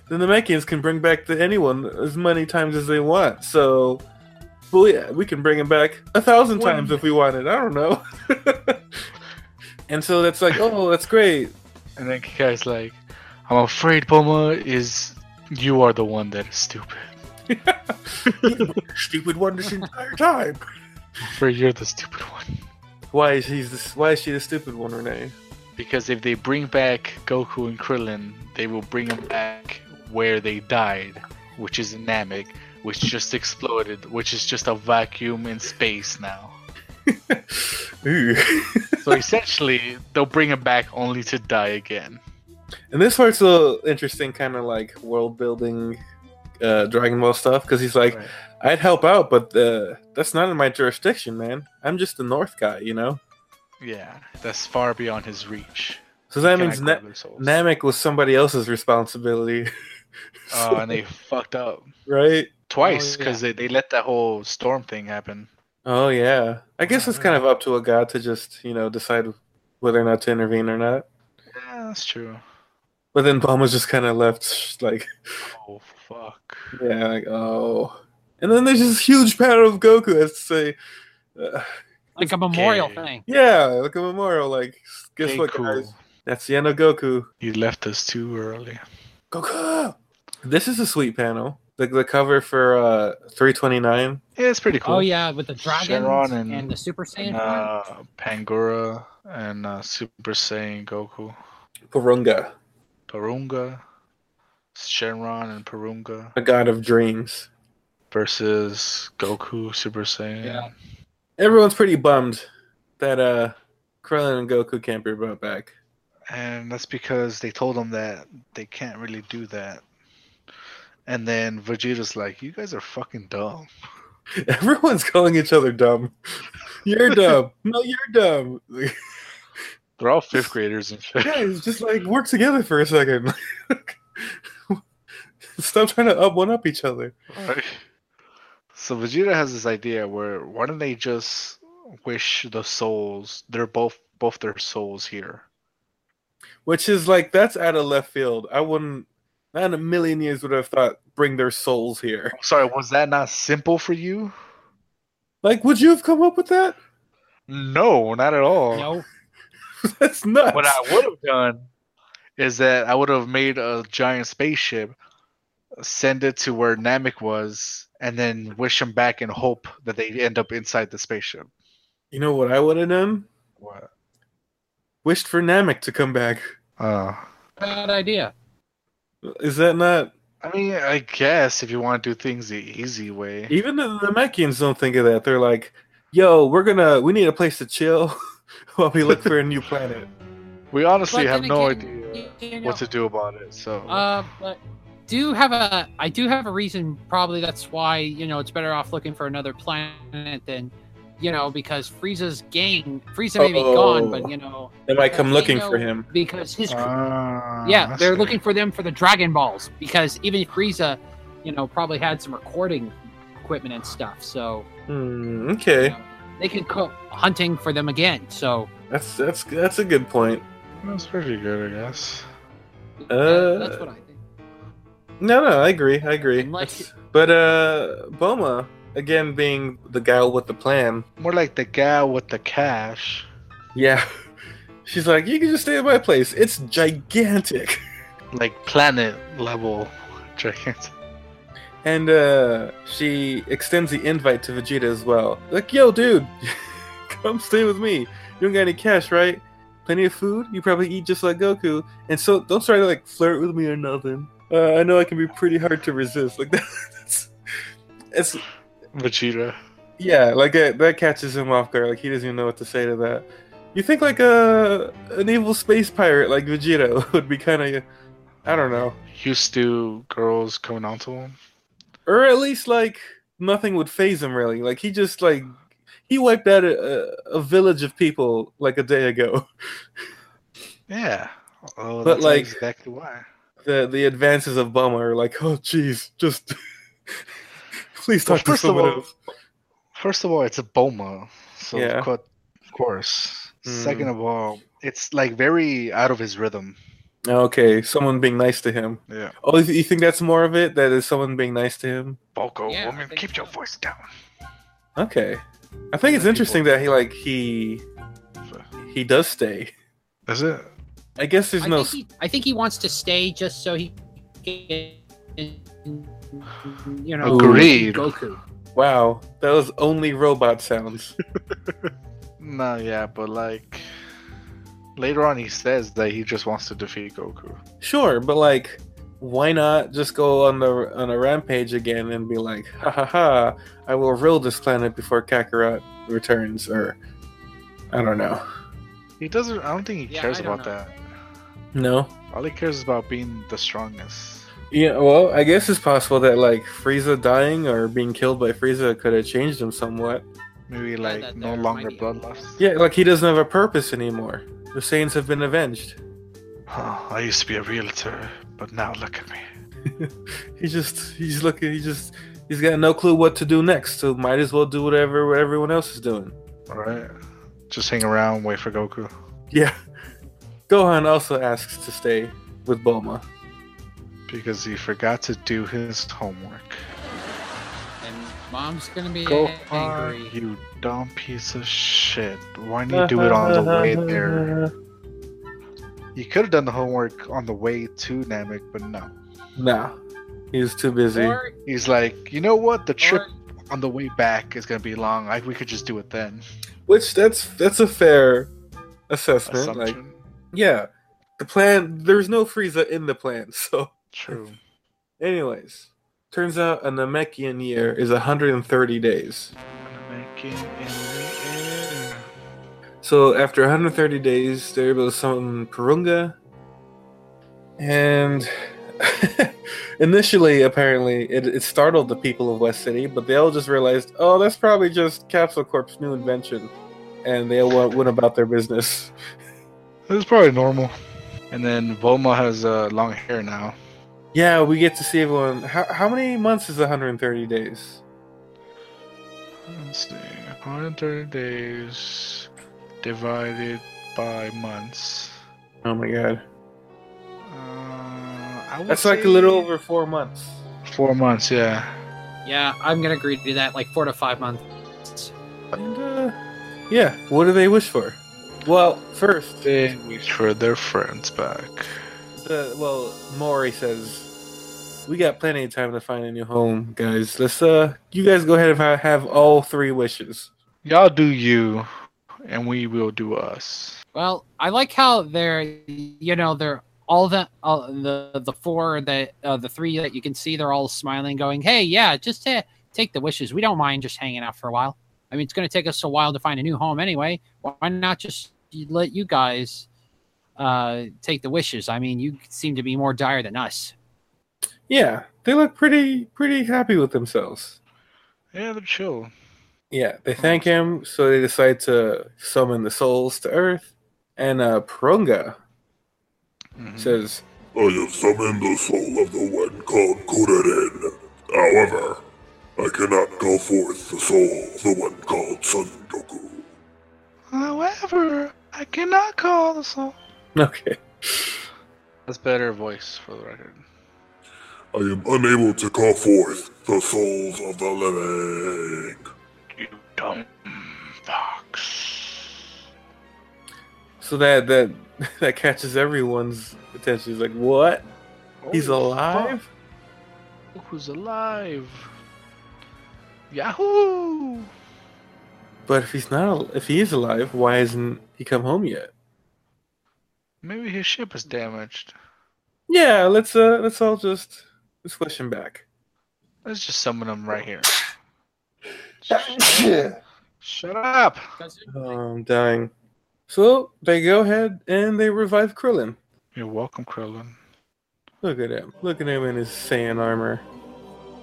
The Namekians can bring back to anyone as many times as they want. So, Well, yeah, we can bring him back a thousand
When-
times if we wanted. I don't know. and so that's like, oh, that's great.
And then Kikai's like, I'm afraid Boma is. You are the one that is stupid.
Stupid one this entire time.
I'm afraid you're the stupid one.
Why is he this? Why is she the stupid one, Renee?
Because if they bring back Goku and Krillin, they will bring them back where they died, which is in Namek, which just exploded, which is just a vacuum in space now.
Ooh.
So essentially, they'll bring him back only to die again.
And this part's a little interesting, kind of like world building, uh, Dragon Ball stuff, because he's like,
Right.
I'd help out, but uh, that's not in my jurisdiction, man. I'm just the North guy, you know.
Yeah, that's far beyond his reach.
So that
Can I
means Na-
grab their souls?
Namek was somebody else's responsibility,
Oh, and they fucked up
right?
twice
yeah.
because they, they let that whole storm thing happen.
Oh yeah. I guess it's kind of up to a god to just you know decide whether or not to intervene or not.
Yeah, that's true.
But then Bulma's just kind of left sh- like,
Oh fuck.
yeah, like oh. And then there's this huge panel of Goku has to say, uh,
Like a memorial
Okay.
thing.
yeah, like a memorial. Like guess
Hey,
what,
cool.
guys? That's the end of Goku.
You left us too early.
Goku. This is a sweet panel. The, the cover for uh 329.
Yeah, it's pretty cool.
Oh yeah, with the dragon
Shenron
and,
and-
the Super Saiyan.
And, uh, Pangora and uh, Super Saiyan Goku,
Purunga,
Parunga, Shenron and Parunga
a god of dreams.
versus Goku Super Saiyan.
Yeah.
Everyone's pretty bummed that uh Krillin and Goku can't be brought back.
and that's because they told him that they can't really do that. And then Vegeta's like, "You guys are fucking dumb."
Everyone's calling each other dumb. You're dumb. No, you're dumb.
They're all fifth graders and shit.
Guys, just like work together for a second. Stop trying to up one up each other.
Right. So Vegeta has this idea where why don't they just wish the souls they're both both their souls here.
Which is like that's out of left field. I wouldn't not in a million years would have thought bring their souls here.
I'm sorry, was that not simple for you?
Like, would you have come up with that?
No, not at all.
no,
That's nuts.
What I would have done is that I would have made a giant spaceship, send it to where Namek was, and then wish them back and hope that they end up inside the spaceship.
you know what I would have done?
What?
Wished for Namek to come back.
Uh,
bad idea.
Is that not
I mean, I guess if you want to do things the easy way.
Even the Namekians don't think of that. They're like, "Yo, we're gonna we need a place to chill while we look for a new planet."
We honestly
But
have
then
no
again,
idea
You know,
what to do about it. So
uh, but do have a I do have a reason. Probably that's why you know it's better off looking for another planet than you know because Frieza's gang Frieza may be gone,
Oh.
but you know
They might come
They
looking
know-
for him.
because his
Ah,
yeah
I
they're
see.
looking for them for the Dragon Balls because even Frieza you know probably had some recording equipment and stuff, so
Hmm,
you
okay,
know, they could go hunting for them again. So.
that's that's that's a good point.
That's pretty good, I guess.
Uh,
that's what I think.
No, no, I agree. I agree.
Unless-
That's- But uh, Boma again being the gal with the plan.
More like the gal with the cash.
Yeah, she's like, "You can just stay at my place. It's gigantic."
like planet level gigantic.
And uh, she extends the invite to Vegeta as well. Like, yo, dude, come stay with me. You don't got any cash, right? Plenty of food. You probably eat just like Goku. And so, don't try to like flirt with me or nothing. Uh, I know I can be pretty hard to resist. Like that's, it's
Vegeta.
yeah, like that that catches him off guard. Like he doesn't even know what to say to that. You think like a an evil space pirate like Vegeta would be kind of, I don't know.
Used to girls coming onto him.
or at least like nothing would phase him really. Like he just like he wiped out a, a, a village of people like a day ago.
Yeah. Oh,
But,
that's
like-
exactly why.
The the advances of Boma are like, oh jeez, just please
Well,
talk to
first of
someone
all-
else.
First of all, it's a Boma, so
Yeah.
of cour- of course.
Mm.
Second of all, it's like very out of his rhythm.
Okay, someone being nice to him.
Yeah.
Oh, you you think that's more of it? That is someone being nice to him.
Boko,
Yeah, I
woman,
think
keep your
so.
voice down.
Okay. I think it's interesting that he like he he does stay.
Is it?
I guess there's
I,
no
think he, I think he wants to stay just so he can, you know,
Agreed.
Goku.
wow. That was only robot sounds.
No, yeah, but like later on, he says that he just wants to defeat Goku.
sure, but like, why not just go on the on a rampage again and be like, ha ha ha! I will rule this planet before Kakarot returns, or I don't know.
He doesn't. I don't think he
Yeah,
cares
I don't
about
know.
that.
No.
All he cares is about being the strongest.
Yeah, well, I guess it's possible that like Frieza dying or being killed by Frieza could have changed him somewhat.
Maybe like
that
no
there
longer
might be-
bloodlust.
Yeah, like he doesn't have a purpose anymore. The Saiyans have been avenged.
Oh, I used to be a realtor, but now look at me.
He just he's looking he just he's got no clue what to do next, so might as well do whatever what everyone else is doing.
All right, just hang around, wait for Goku.
Yeah. Gohan also asks to stay with Bulma.
Because he forgot to do his homework.
And mom's gonna be
Go
angry.
you dumb piece of shit. Why didn't you do it on the way there? You could have done the homework on the way to Namek, but no.
Nah. He's too busy.
Or,
He's like, you know what? The trip
or
on the way back is gonna be long. Like we could just do it then.
Which that's that's a fair assessment. Like
Assumption.
yeah. The plan there's no Frieza in the plan, so
True.
Anyways, turns out a Namekian year is 130 days.
Namek in the air.
So after 130 days, they're able to summon Purunga. And initially, apparently, it, it startled the people of West City, but they all just realized, oh, that's probably just Capsule Corp's new invention. And they all went, went about their business.
This is probably normal. And then Bulma has uh, long hair now.
Yeah, we get to see everyone. How, how many months is 130 days?
Let's see. 130 days divided by months.
Oh my god.
Uh, I would
That's like a
say
little over four months.
four months. Yeah.
yeah, I'm gonna agree to do that. Like four to five months.
And uh, yeah, what do they wish for? Well, first,
They wish for their friends back.
the well, Maury says we got plenty of time to find a new home, guys. Let's uh, you guys go ahead and ha- have all three wishes.
Y'all do you, and we will do us.
Well, I like how they're, you know, they're all the all, the the four that uh, the three that you can see, they're all smiling, going, "Hey, yeah, just ta take the wishes. We don't mind just hanging out for a while. I mean, it's going to take us a while to find a new home anyway. Why not just let you guys uh, take the wishes? I mean, you seem to be more dire than us.
Yeah, they look pretty pretty happy with themselves.
Yeah, they're chill.
Yeah, they thank him, so they decide to summon the souls to Earth. And uh, Pronga
Mhm.
says,
I have summoned the soul of the one called Kurerin. However, I cannot call forth the soul of the one called Son Goku.
However, I cannot call the song.
"Okay,
That's better voice for the record.
I am unable to call forth the souls of the living.
You dumb fox.
so that that that catches everyone's attention. He's like, what? He's
Oh,
alive."
fuck, Who's alive? Yahoo!
But if he's not, al- if he is alive, why hasn't he come home yet?
Maybe his ship is damaged.
Yeah, let's uh, let's all just let's wish him back.
Let's just summon him right here. Shut up!
Oh, I'm dying. So they go ahead and they revive Krillin.
You're welcome, Krillin.
Look at him. Look at him in his Saiyan armor.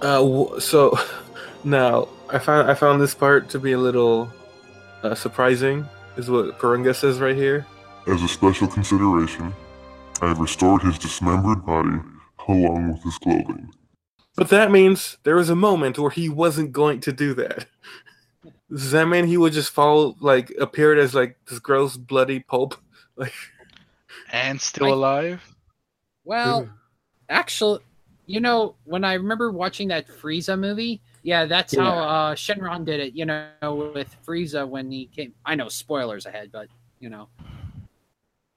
Uh, w- so now I found I found this part to be a little uh, surprising. Is what Purunga says right here.
As a special consideration, I have restored his dismembered body along with his clothing.
But that means there was a moment where he wasn't going to do that. Does that mean he would just fall, like, appeared as, like, this gross, bloody pulp? Like,
And still
I-
alive?
Well, actually, you know, when I remember watching that Frieza movie, Yeah, that's
Yeah.
how uh, Shenron did it. You know, with Frieza when he came. I know spoilers ahead, but you know.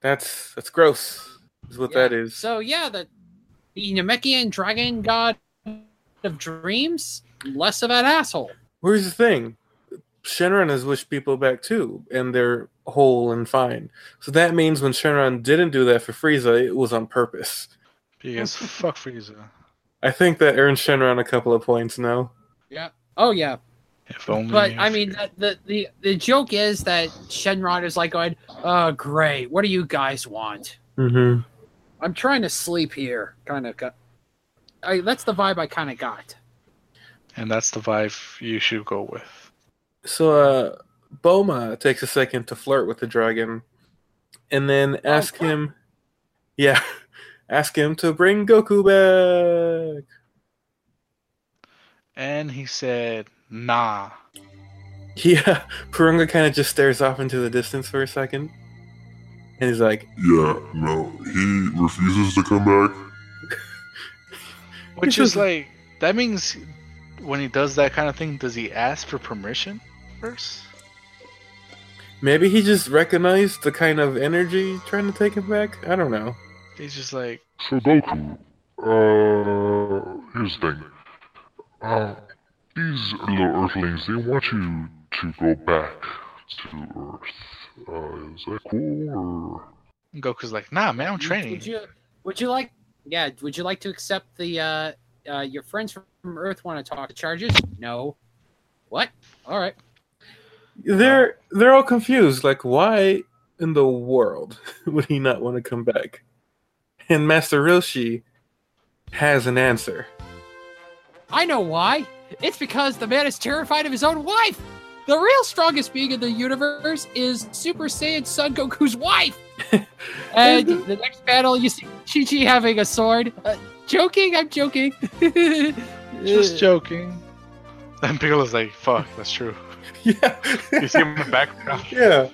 That's that's gross. Is what that
Yeah.
is.
So yeah, the the Namekian dragon god of dreams, less of an asshole.
Here's the thing. Shenron has wished people back too, and they're whole and fine. So that means when Shenron didn't do that for Frieza, it was on purpose.
Because fuck Frieza.
I think that earned Shenron a couple of points now.
Yeah. Oh yeah.
If only.
But I
if
mean,
you-
the, the the the joke is that Shenron is like going, "Uh, great. What do you guys want?
Mm-hmm.
I'm trying to sleep here." Kind of. I, that's the vibe I kind of got.
and that's the vibe you should go with.
So uh, Boma takes a second to flirt with the dragon, and then
Oh,
ask
crap.
him, yeah, ask him to bring Goku back.
And he said, "Nah."
Yeah, Purunga kind of uh, just stares off into the distance for a second, and he's like,
Yeah, no, he refuses to come back.
Which
This
is
is-
like that means when he does that kind of thing, does he ask for permission first?
Maybe he just recognized the kind of energy trying to take him back. I don't know.
He's just like,
So Goku, uh, here's the thing. Uh, these little Earthlings, they want you to go back to Earth. Uh, is that cool? Or...
Goku's like, "Nah, man, I'm training."
Would you Would you like? Yeah. Would you like to accept the? Uh, uh, your friends from Earth want to talk charges? No. What? All right.
They're they're all confused. Like, why in the world would he not want to come back? And Master Roshi has an answer.
I know why. It's because the man is terrified of his own wife. The real strongest being in the universe is Super Saiyan Son Goku's wife. and the next battle, you see Chi Chi having a sword. Uh, joking, I'm joking.
Just joking. And Piccolo's like, "Fuck, that's true."
Yeah,
You see him in the background.
yeah.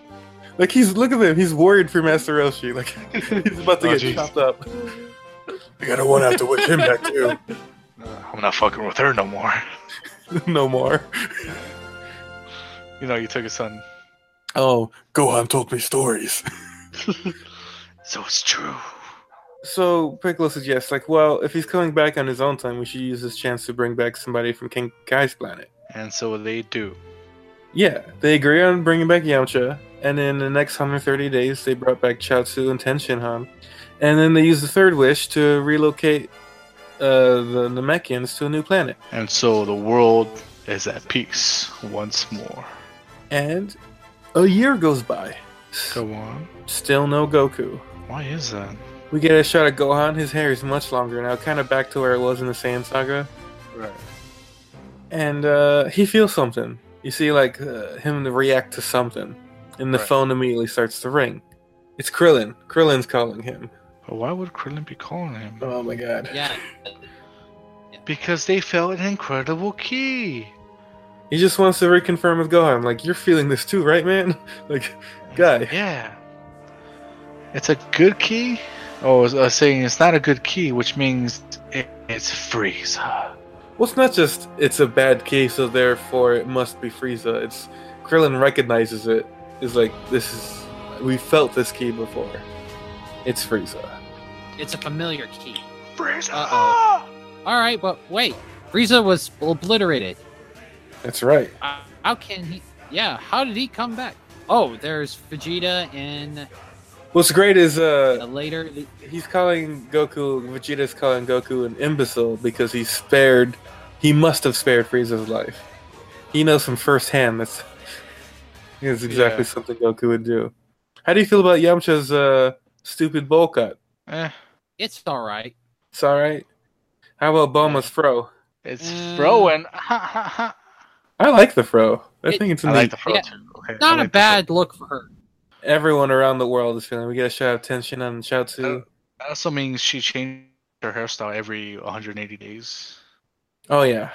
Like he's look at him. He's worried for Master Roshi. Like he's about to
Oh,
get
jeez.
chopped up. I gotta one out to whip him back too.
I'm not fucking with her no more.
no more.
You know, you took his son.
Oh, Gohan told me stories.
So it's true.
So Piccolo suggests, like, well, if he's coming back on his own time, we should use this chance to bring back somebody from King Kai's planet.
And so they do.
Yeah, they agree on bringing back Yamcha, and in the next 130 days, they brought back Chaozu and Ten Shinhan, and then they use the third wish to relocate uh, the Namekians to a new planet.
And so the world is at peace once more.
And a year goes by.
Go on.
Still no Goku.
Why is that?
We get a shot of Gohan. His hair is much longer now, kind of back to where it was in the Saiyan Saga.
Right.
and uh, he feels something. You see, like uh, him react to something, and the
Right.
phone immediately starts to ring. It's Krillin. Krillin's calling him.
But why would Krillin be calling him?
Oh my god.
yeah.
Because they felt an incredible key.
He just wants to reconfirm with Gohan. Like you're feeling this too, right, man? like, guy.
Yeah. It's a good key? Oh, I was- I was saying it's not a good key, which means it, it's Frieza.
Well, it's not just it's a bad key, so therefore it must be Frieza. It's Krillin recognizes it. Is like this is we felt this key before. It's Frieza.
It's a familiar key.
Frieza!
Uh-oh. All right, but wait. Frieza was obliterated.
That's right.
Uh, how can he? Yeah, how did he come back? Oh, there's Vegeta and
What's great is uh,
uh, later. The,
He's calling Goku. Vegeta's calling Goku an imbecile because he spared. He must have spared Frieza's life. He knows from firsthand that's is exactly something Goku would do. How do you feel about Yamcha's uh, stupid bowl cut?
Eh,
it's all right.
It's all right. How about Bulma's fro?
it's
Mm.
throwing. Ha ha ha.
I like the fro. I
It-
think it's
I
neat.
like the throw
Yeah.
too. Okay, I
Not
like
a
the throw.
bad look for her.
Everyone around the world is feeling. We get a shout out tension on Chaozu.
Uh, That also means she changed her hairstyle every 180 days.
oh yeah.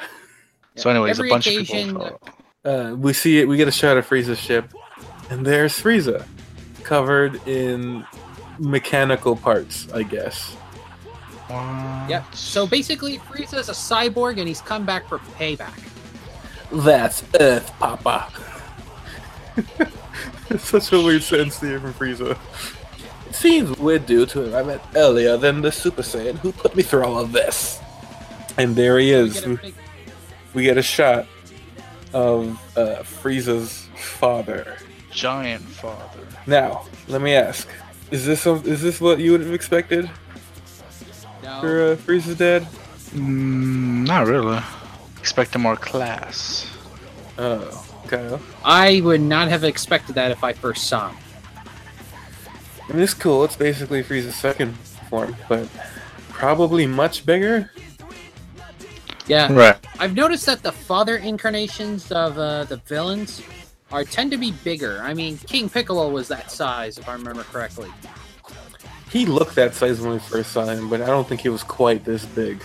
So, anyways,
Every
a bunch
occasion-
of people. fell.
uh, we see it. We get a shot of Frieza's ship, and there's Frieza, covered in mechanical parts, I guess.
What?
Yep. So basically, Frieza is a cyborg and he's come back for payback.
That's Earth, Papa. it's such a weird sentence to hear from Frieza. It seems we're due to him I met earlier than the Super Saiyan who put me through all of this. And there he
Get
is.
a big-
We get a shot of uh, Frieza's father.
Giant father.
Now, let me ask: Is this some, is this what you would have expected
No,
for uh, Frieza's dad?
Mm, not really. Expecting more class.
Oh, Kyle.
I would not have expected that if I first saw him.
I mean, it's cool. It's basically Frieza's second form, but probably much bigger.
Yeah,
Right.
I've noticed that the father incarnations of uh, the villains are tend to be bigger. I mean, King Piccolo was that size, if I remember correctly.
He looked that size when we first saw him, but I don't think he was quite this big.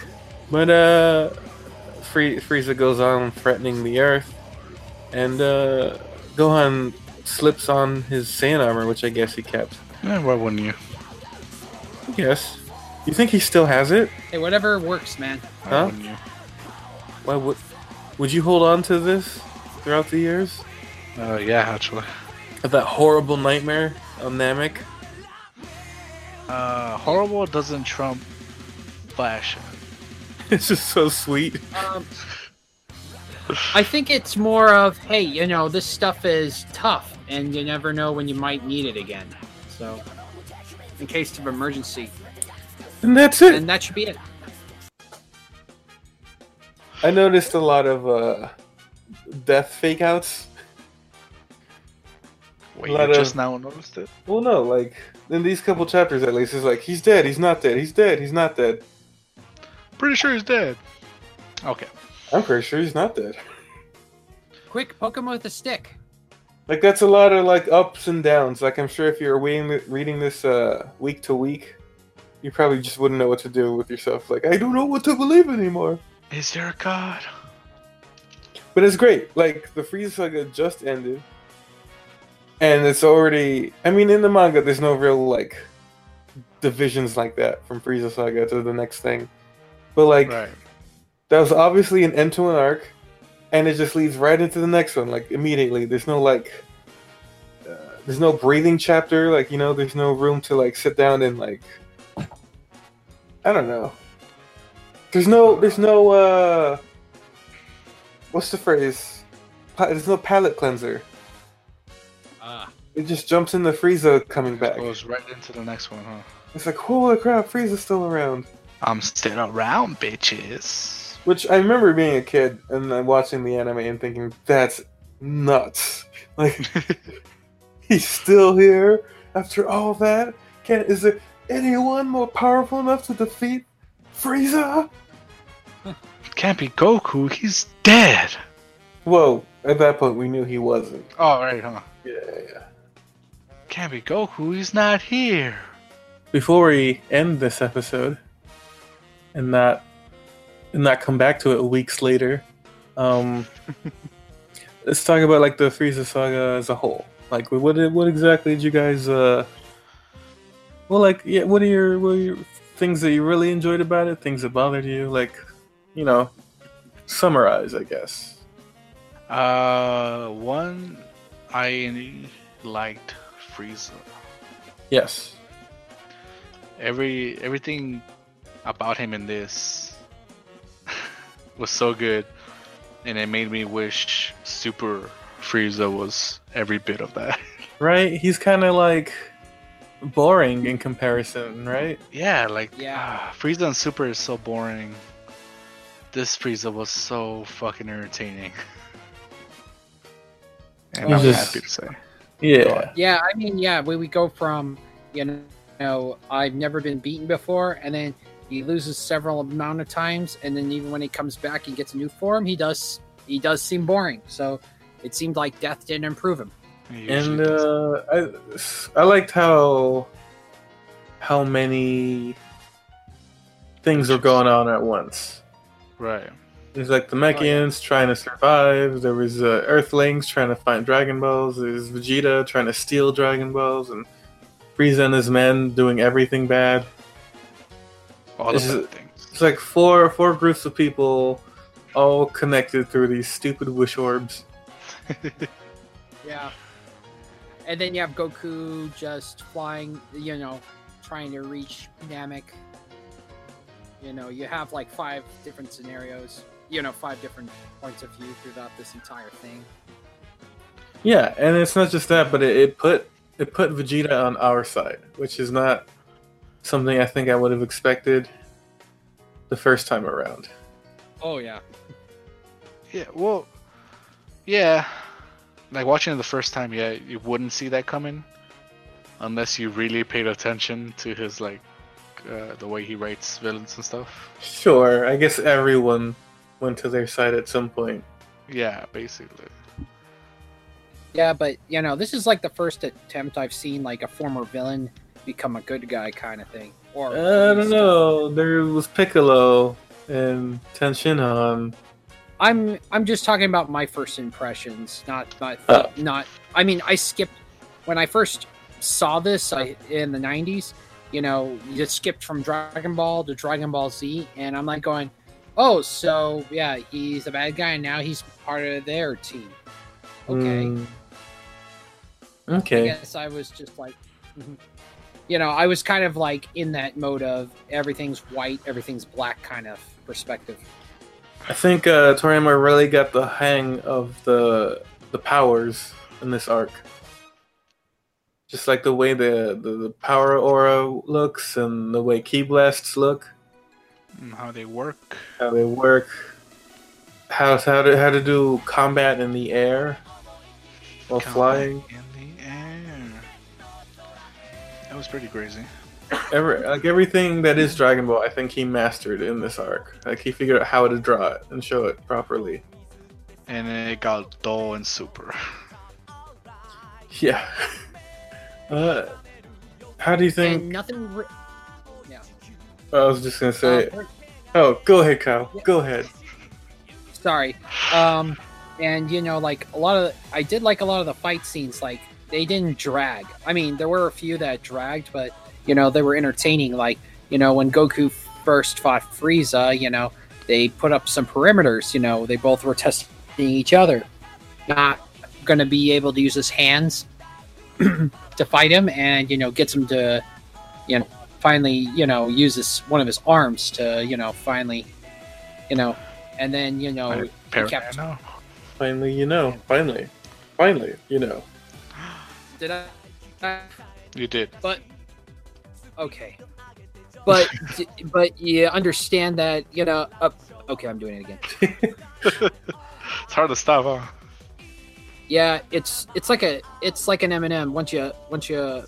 But uh, Free- Frieza goes on threatening the Earth, and uh, Gohan slips on his Saiyan armor, which I guess he kept.
Eh, why wouldn't you?
Yes. You think he still has it?
Hey, whatever works, man.
Why
Huh?
wouldn't you?
Why would would you hold on to this throughout the years
Uh, yeah, actually.
of that horrible nightmare on Namek?
Uh, horrible doesn't trump flash.
It's just so sweet.
Um, I think it's more of, hey, you know, this stuff is tough, and you never know when you might need it again. So, in case of emergency,
And that's it.
and that should be it.
I noticed a lot of uh, death fakeouts.
Wait,
Lot
you
of-
just now noticed it?
Well, no, like in these couple chapters at least, it's like he's dead, he's not dead, he's dead, he's not dead.
Pretty sure he's dead. Okay.
I'm pretty sure he's not dead.
Quick, poke him with a stick.
Like that's a lot of like ups and downs. Like I'm sure if you're reading reading this uh, week to week, you probably just wouldn't know what to do with yourself. Like I don't know what to believe anymore.
Is there a god?
But it's great. Like the Frieza saga just ended, and it's already. I mean, in the manga, there's no real like divisions like that from Frieza saga to the next thing. But like
Right.
that was obviously an end to an arc, and it just leads right into the next one. Like immediately, there's no like. Uh, there's no breathing chapter, like you know. There's no room to like sit down and like, I don't know. There's no, there's no, uh, what's the phrase? Pa- there's no palate cleanser.
Ah,
It just jumps in the Frieza coming back.
Goes right into the next one, huh?
It's like, holy crap, Frieza's still around.
I'm still around, bitches.
Which I remember being a kid and then watching the anime and thinking, that's nuts. Like, he's still here after all that? Can Is there anyone more powerful enough to defeat Frieza?
Can't be Goku. He's dead.
Whoa, at that point we knew he wasn't.
Oh, right, huh?
Yeah, yeah.
Can't be Goku. He's not here.
Before we end this episode and not and not come back to it weeks later, um, let's talk about like the Frieza saga as a whole. Like, what what exactly did you guys? Uh, well, like, yeah, what are your what are your things that you really enjoyed about it? Things that bothered you? Like, you know, summarize, I guess.
Uh, one, I liked Frieza.
Yes.
Every everything about him in this was so good, and it made me wish Super Frieza was every bit of that.
Right. He's kind of like boring in comparison, right?
Yeah, like
Yeah.
ah, Frieza and Super is so boring. This Frieza was so fucking entertaining. And
He's
I'm
just-
happy to say.
Yeah.
yeah. I mean, yeah. We we go from, you know, I've never been beaten before, and then he loses several amount of times, and then even when he comes back and gets a new form, he does he does seem boring. So it seemed like death didn't improve him.
He usually
and
does.
uh, I, I liked how how many things were going on at once.
right.
There's like the Mechians trying to survive. There was uh, Earthlings trying to find Dragon Balls. There's Vegeta trying to steal Dragon Balls, and Frieza and his men doing everything bad.
All the
this is-
bad things.
It's like four four groups of people all connected through these stupid wish orbs.
Yeah. And then you have Goku just flying, you know, trying to reach Namek. You know, you have like five different scenarios, you know, five different points of view throughout this entire thing.
Yeah, and it's not just that, but it, it put it put Vegeta on our side, which is not something I think I would have expected the first time around.
Oh, yeah.
Yeah, well, yeah. Like watching it the first time, yeah, you wouldn't see that coming, unless you really paid attention to his like uh, the way he writes villains and stuff.
Sure, I guess everyone went to their side at some point.
Yeah, basically.
Yeah, but, you know, this is like the first attempt I've seen like a former villain become a good guy kind of thing. Or
Uh, I don't know. There was Piccolo and Tenshinhan.
I'm I'm just talking about my first impressions, not not
Oh.
not. I mean, I skipped when I first saw this I, in the '90s. You know, you just skipped from Dragon Ball to Dragon Ball Z, and I'm like going, "Oh, so yeah, he's a bad guy, and now he's part of their team." Okay,
Mm.
I
Okay.
guess I was just like, mm-hmm. you know, I was kind of like in that mode of everything's white, everything's black kind of perspective.
I think uh, Toriyama really got the hang of the the powers in this arc. Just like the way the, the, the power aura looks and the way key blasts look,
And Mm, how they work.
how they work, how how to how to do combat in the air while
Combat
flying.
in the air. That was pretty crazy.
Every, like everything that is Dragon Ball, I think he mastered in this arc. Like he figured out how to draw it and show it properly.
And it got dull and super.
Yeah. uh, how do you think?
And nothing. Re-
I was just gonna say.
uh,
Oh, go ahead, Kyle. Go ahead.
sorry um and you know like a lot of i did like a lot of the fight scenes like they didn't drag i mean there were a few that dragged but you know they were entertaining like you know when goku first fought frieza you know they put up some perimeters you know they both were testing each other not gonna be able to use his hands to fight him and you know gets him to you know finally you know use his one of his arms to you know finally you know and then you know
Right.
he kept
Parano.
Finally, you know. Finally. Finally, you know.
Did I?
You did.
But okay, but d- but you understand that you know. Uh, okay, I'm doing it again.
It's hard to stop, huh?
Yeah, it's it's like a it's like an M and m Once you once you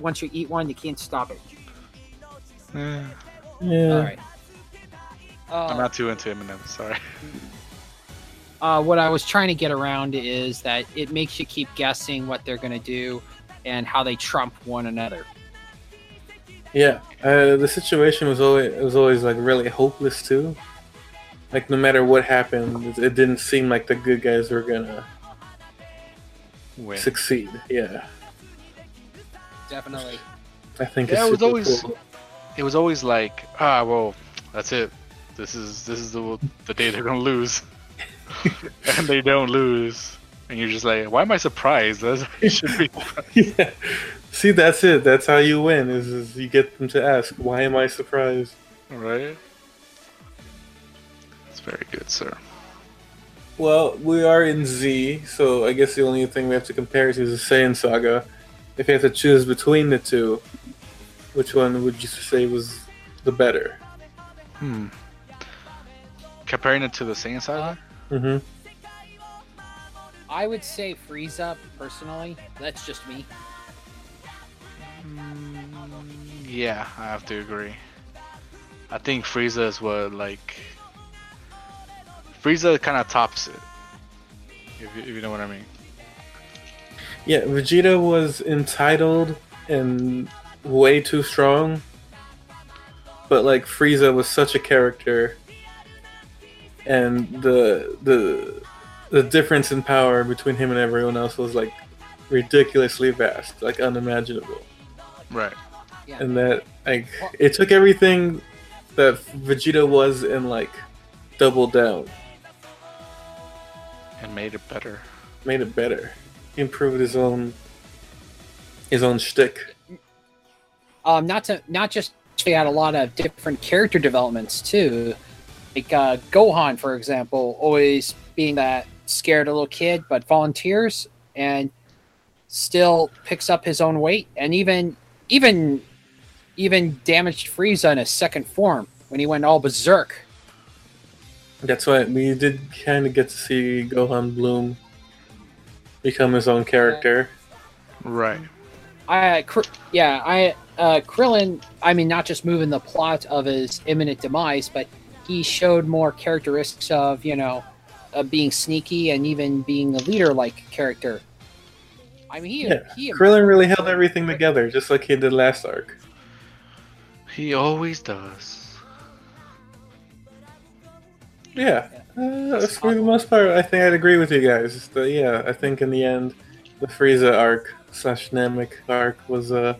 once you eat one, you can't stop it.
Yeah.
Yeah.
All right. Uh,
I'm not too into Eminem, sorry.
uh, what I was trying to get around is that it makes you keep guessing what they're gonna do and how they trump one another.
Yeah. Uh, the situation was always it was always like really hopeless too. Like no matter what happened, it- it didn't seem like the good guys were gonna
Win.
succeed. Yeah.
Definitely.
I think it's
Yeah, it was
super
always
cool.
it was always like, ah well, that's it. This is this is the the day they're gonna lose. and they don't lose. And you're just like, why am I surprised? That's I should be
yeah. See, that's it. That's how you win. Is, is you get them to ask, "Why am I surprised?"
right. It's very good, sir.
Well, we are in Z, so I guess the only thing we have to compare to is the Saiyan Saga. If you have to choose between the two, which one would you say was the better?
Hmm. Comparing it to the Saiyan Saga?
Mm-hmm.
I would say Frieza personally. That's just me.
Mm, yeah, I have to agree. I think Frieza is what like Frieza kind of tops it. If you, if you know what I mean.
Yeah, Vegeta was entitled and way too strong, but like Frieza was such a character, and the the the difference in power between him and everyone else was like ridiculously vast, like unimaginable.
Right.
and that like it took everything that Vegeta was and like doubled down
and made it better.
Made it better. He improved his own his own shtick.
um, not to not just she had a lot of different character developments too, like uh, Gohan for example, always being that scared little kid, but volunteers and still picks up his own weight, and even even even damaged Frieza in his second form when he went all berserk.
That's why we did kind of get to see Gohan Bloom become his own character.
Right.
I uh, Kr- yeah, I uh, Krillin. I mean, not just moving the plot of his imminent demise, but he showed more characteristics of you know uh, being sneaky and even being a leader-like character. I mean, he,
Yeah,
he
Krillin really held everything together, just like he did last arc.
He always does.
Yeah, uh, for the most part, I think I'd agree with you guys. But yeah, I think in the end, the Frieza arc slash Namek arc was uh,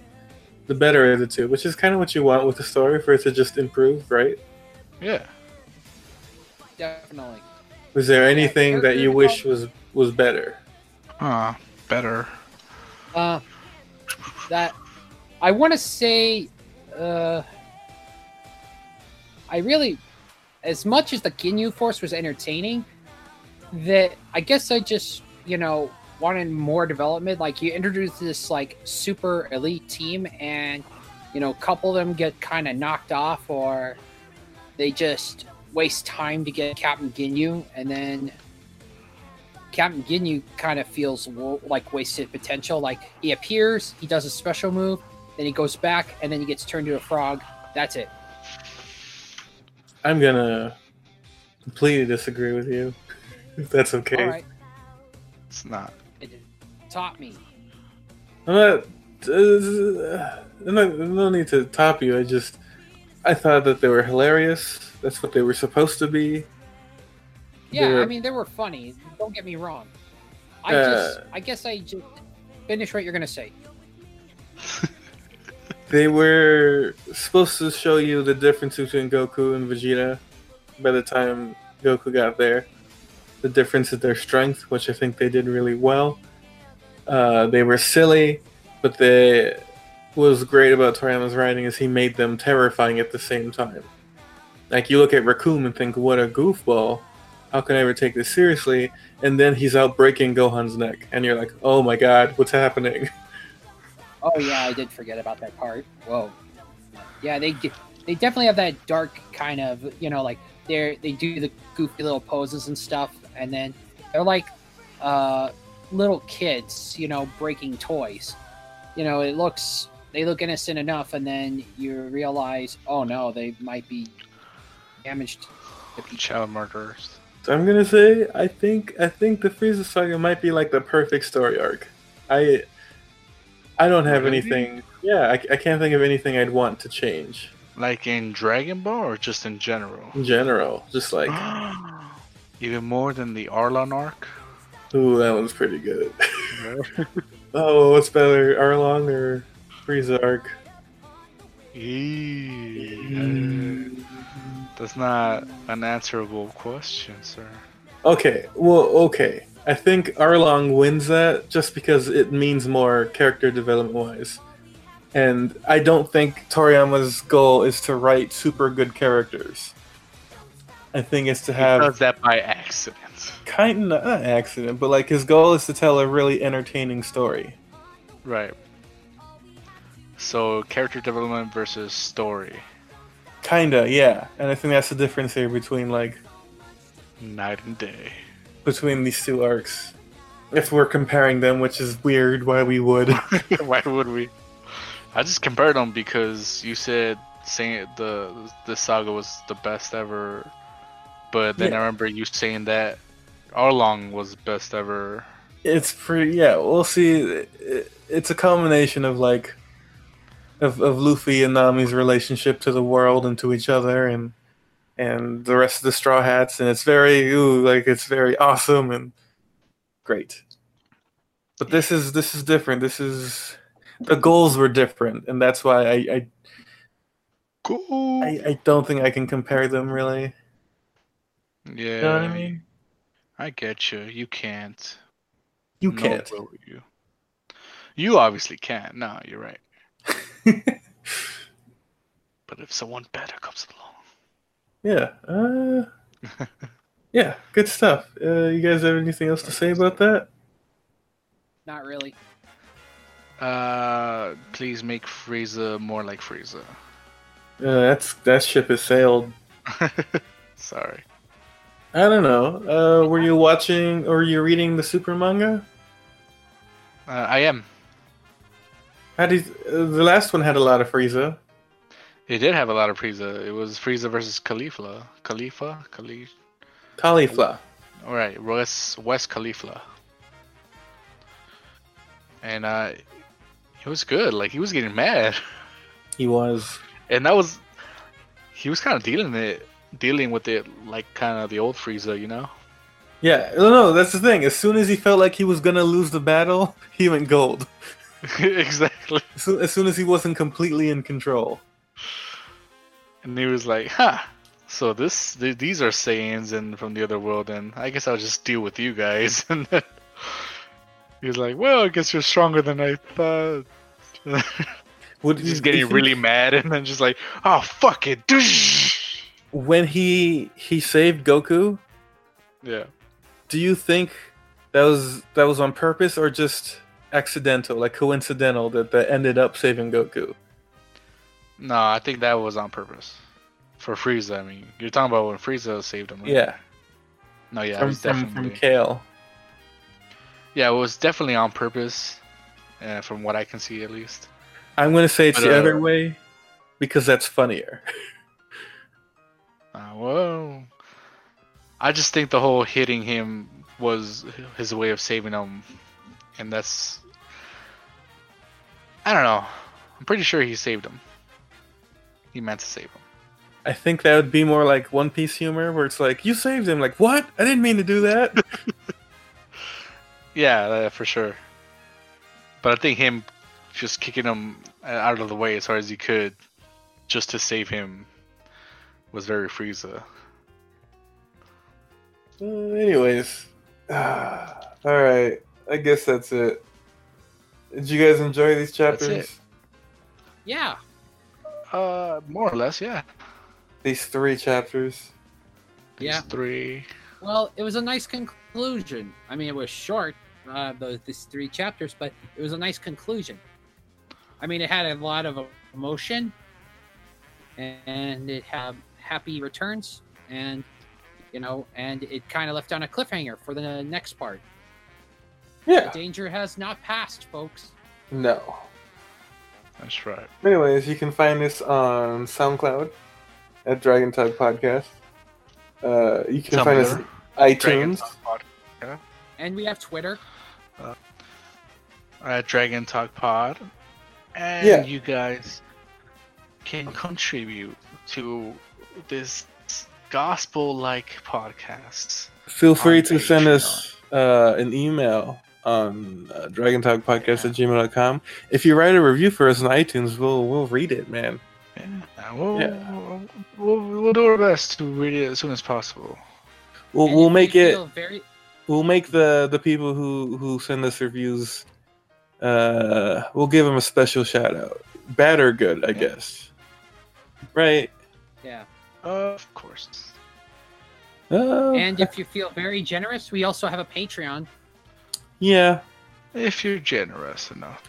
the better of the two, which is kind of what you want with the story for it to just improve, right?
Yeah.
definitely.
Was there anything that you wish was was better?
Ah, better.
Uh, that I want to say, uh, I really, as much as the Ginyu Force was entertaining, that I guess I just you know wanted more development. Like you introduced this like super elite team, and you know, a couple of them get kind of knocked off, or they just waste time to get Captain Ginyu, and then Captain Ginyu kind of feels wo- like wasted potential. Like he appears, he does a special move, then he goes back, and then he gets turned into a frog. That's it.
I'm gonna completely disagree with you. If that's okay.
All right,
It's not.
it taught me.
I'm not. Uh, I'm not. I don't need to top you. I just. I thought that they were hilarious. That's what they were supposed to be.
Yeah,
Yeah.
I mean they were funny. Don't get me wrong. I
Uh.
just, I guess I just finish what you're gonna say.
They were supposed to show you the difference between Goku and Vegeta by the time Goku got there. The difference in their strength, which I think they did really well. Uh, they were silly, but they what was great about Toriyama's writing is he made them terrifying at the same time. Like you look at Raccoon and think, "What a goofball! How can I ever take this seriously?" And then he's out breaking Gohan's neck, and you're like, "Oh my god, what's happening?"
Oh yeah, I did forget about that part. Whoa. Yeah, they d- they definitely have that dark kind of you know like they they do the goofy little poses and stuff, and then they're like uh, little kids, you know, breaking toys. You know, it looks they look innocent enough, and then you realize, oh no, they might be damaged.
Child murderers.
So I'm gonna say I think I think the Frieza saga might be like the perfect story arc. I I don't have
Really?
anything. Yeah, I, I can't think of anything I'd want to change
Like in Dragon Ball or just in general?
in general. Just like,
Even more than the Arlon arc?
ooh, that one's pretty good. oh, what's better, Arlong or Frieza arc?
Eee, That's not an answerable question, sir.
Okay, well, okay. I think Arlong wins that just because it means more character development wise. And I don't think Toriyama's goal is to write super good characters. I think it's to
He
have
does that by accident.
kind of not an accident, but like his goal is to tell a really entertaining story.
Right. So character development versus story.
Kinda, yeah. And I think that's the difference here between like
Night and day.
between these two arcs. If we're comparing them, which is weird, why we would.
Why would we? I just compared them because you said saying the the saga was the best ever, but then
Yeah.
I remember you saying that Arlong was best ever.
it's pretty yeah we'll see It- it- it's a combination of like of, of luffy and nami's relationship to the world and to each other and and the rest of the straw hats and it's very ooh like it's very awesome and great but this is this is different this is the goals were different and that's why i i,
Cool.
I, I don't think i can compare them really
yeah.
you know what i mean
I get you. You can't.
You
Nor
can't.
will you. You obviously can't. No, you're right. But if someone better comes along,
yeah. Uh, yeah. Good stuff. Uh, you guys have anything else to say about that?
Not really.
uh, please make Frieza more like Frieza.
Uh, that's that ship has sailed.
Sorry.
I don't know. Uh, were you watching or you reading the super manga?
Uh, I am.
How did uh, the last one had a lot of Frieza?
It did have a lot of Frieza. It was Frieza versus Khalifa. Khalifa? Khalifa?
Cauliflower.
Alright, West, West Khalifa. And uh, it was good. Like, he was getting mad.
He was.
and that was he was kind of dealing it dealing with it like kind of the old frieza you know
Yeah. No, no. That's the thing. As soon as he felt like he was gonna lose the battle, he went gold.
exactly
As soon, as soon as he wasn't completely in control.
and he was like huh so this th- these are Saiyans and from the other world and i guess i'll just deal with you guys and then he was like well i guess you're stronger than i thought
Would
he's just
do you
getting
think
really mad and then just like oh fuck it
When he he saved Goku,
yeah
do you think that was that was on purpose or just accidental, like coincidental that that ended up saving Goku?
no i think that was on purpose for frieza i mean you're talking about when frieza saved him right?
Yeah.
no yeah it
from,
was
from from
definitely
Kale.
Yeah, it was definitely on purpose, uh, from what I can see at least.
I'm gonna say it's
But,
the
uh,
other way because that's funnier.
Uh, whoa. I just think the whole hitting him was his way of saving him, and that's. I don't know. I'm pretty sure he saved him. He meant to save him.
I think that would be more like One Piece humor, where it's like, "You saved him." Like, what? I didn't mean to do that.
Yeah, uh, for sure. But I think him just kicking him uh, out of the way as hard as he could, just to save him, was very Frieza.
Uh, anyways, all right. I guess that's it. Did you guys enjoy these chapters?
it.
Yeah.
Uh, more or less, yeah.
These three chapters.
These
Yeah.
Three.
Well, it was a nice conclusion. I mean, it was short, uh, those these three chapters, but it was a nice conclusion. I mean, it had a lot of emotion, and it had happy returns, and you know, and it kind of left on a cliffhanger for the next part.
Yeah.
Danger has not passed, folks.
No.
That's right.
Anyways, you can find us on SoundCloud at Dragon Tug Podcast. Uh, you can find us
Tumblr. Dragon
iTunes.
Talk Pod.
And we have Twitter.
Uh, Dragon Talk Pod. And
Yeah.
you guys can contribute to this gospel like podcast.
Feel free to
on
send us uh, an email on uh, dragontogpodcast at gmail.com. If you write a review for us on iTunes, we'll we'll read it, man.
Yeah. And We'll,
Yeah.
we'll, we'll do our best to read it as soon as possible.
We'll,
and
we'll
if
make
you
it.
feel very.
We'll make the the people who who send us reviews. Uh, we'll give them a special shout out. Bad or good, I guess. Right.
Yeah.
Of course.
Uh,
And if you feel very generous, we also have a Patreon.
yeah,
If you're generous enough.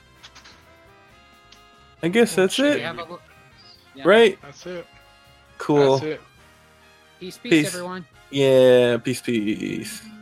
I guess that's
We
it.
have a, l- yeah.
Right?
That's it.
Cool.
That's it.
Peace, peace,
Peace.
everyone.
Yeah. Peace, peace.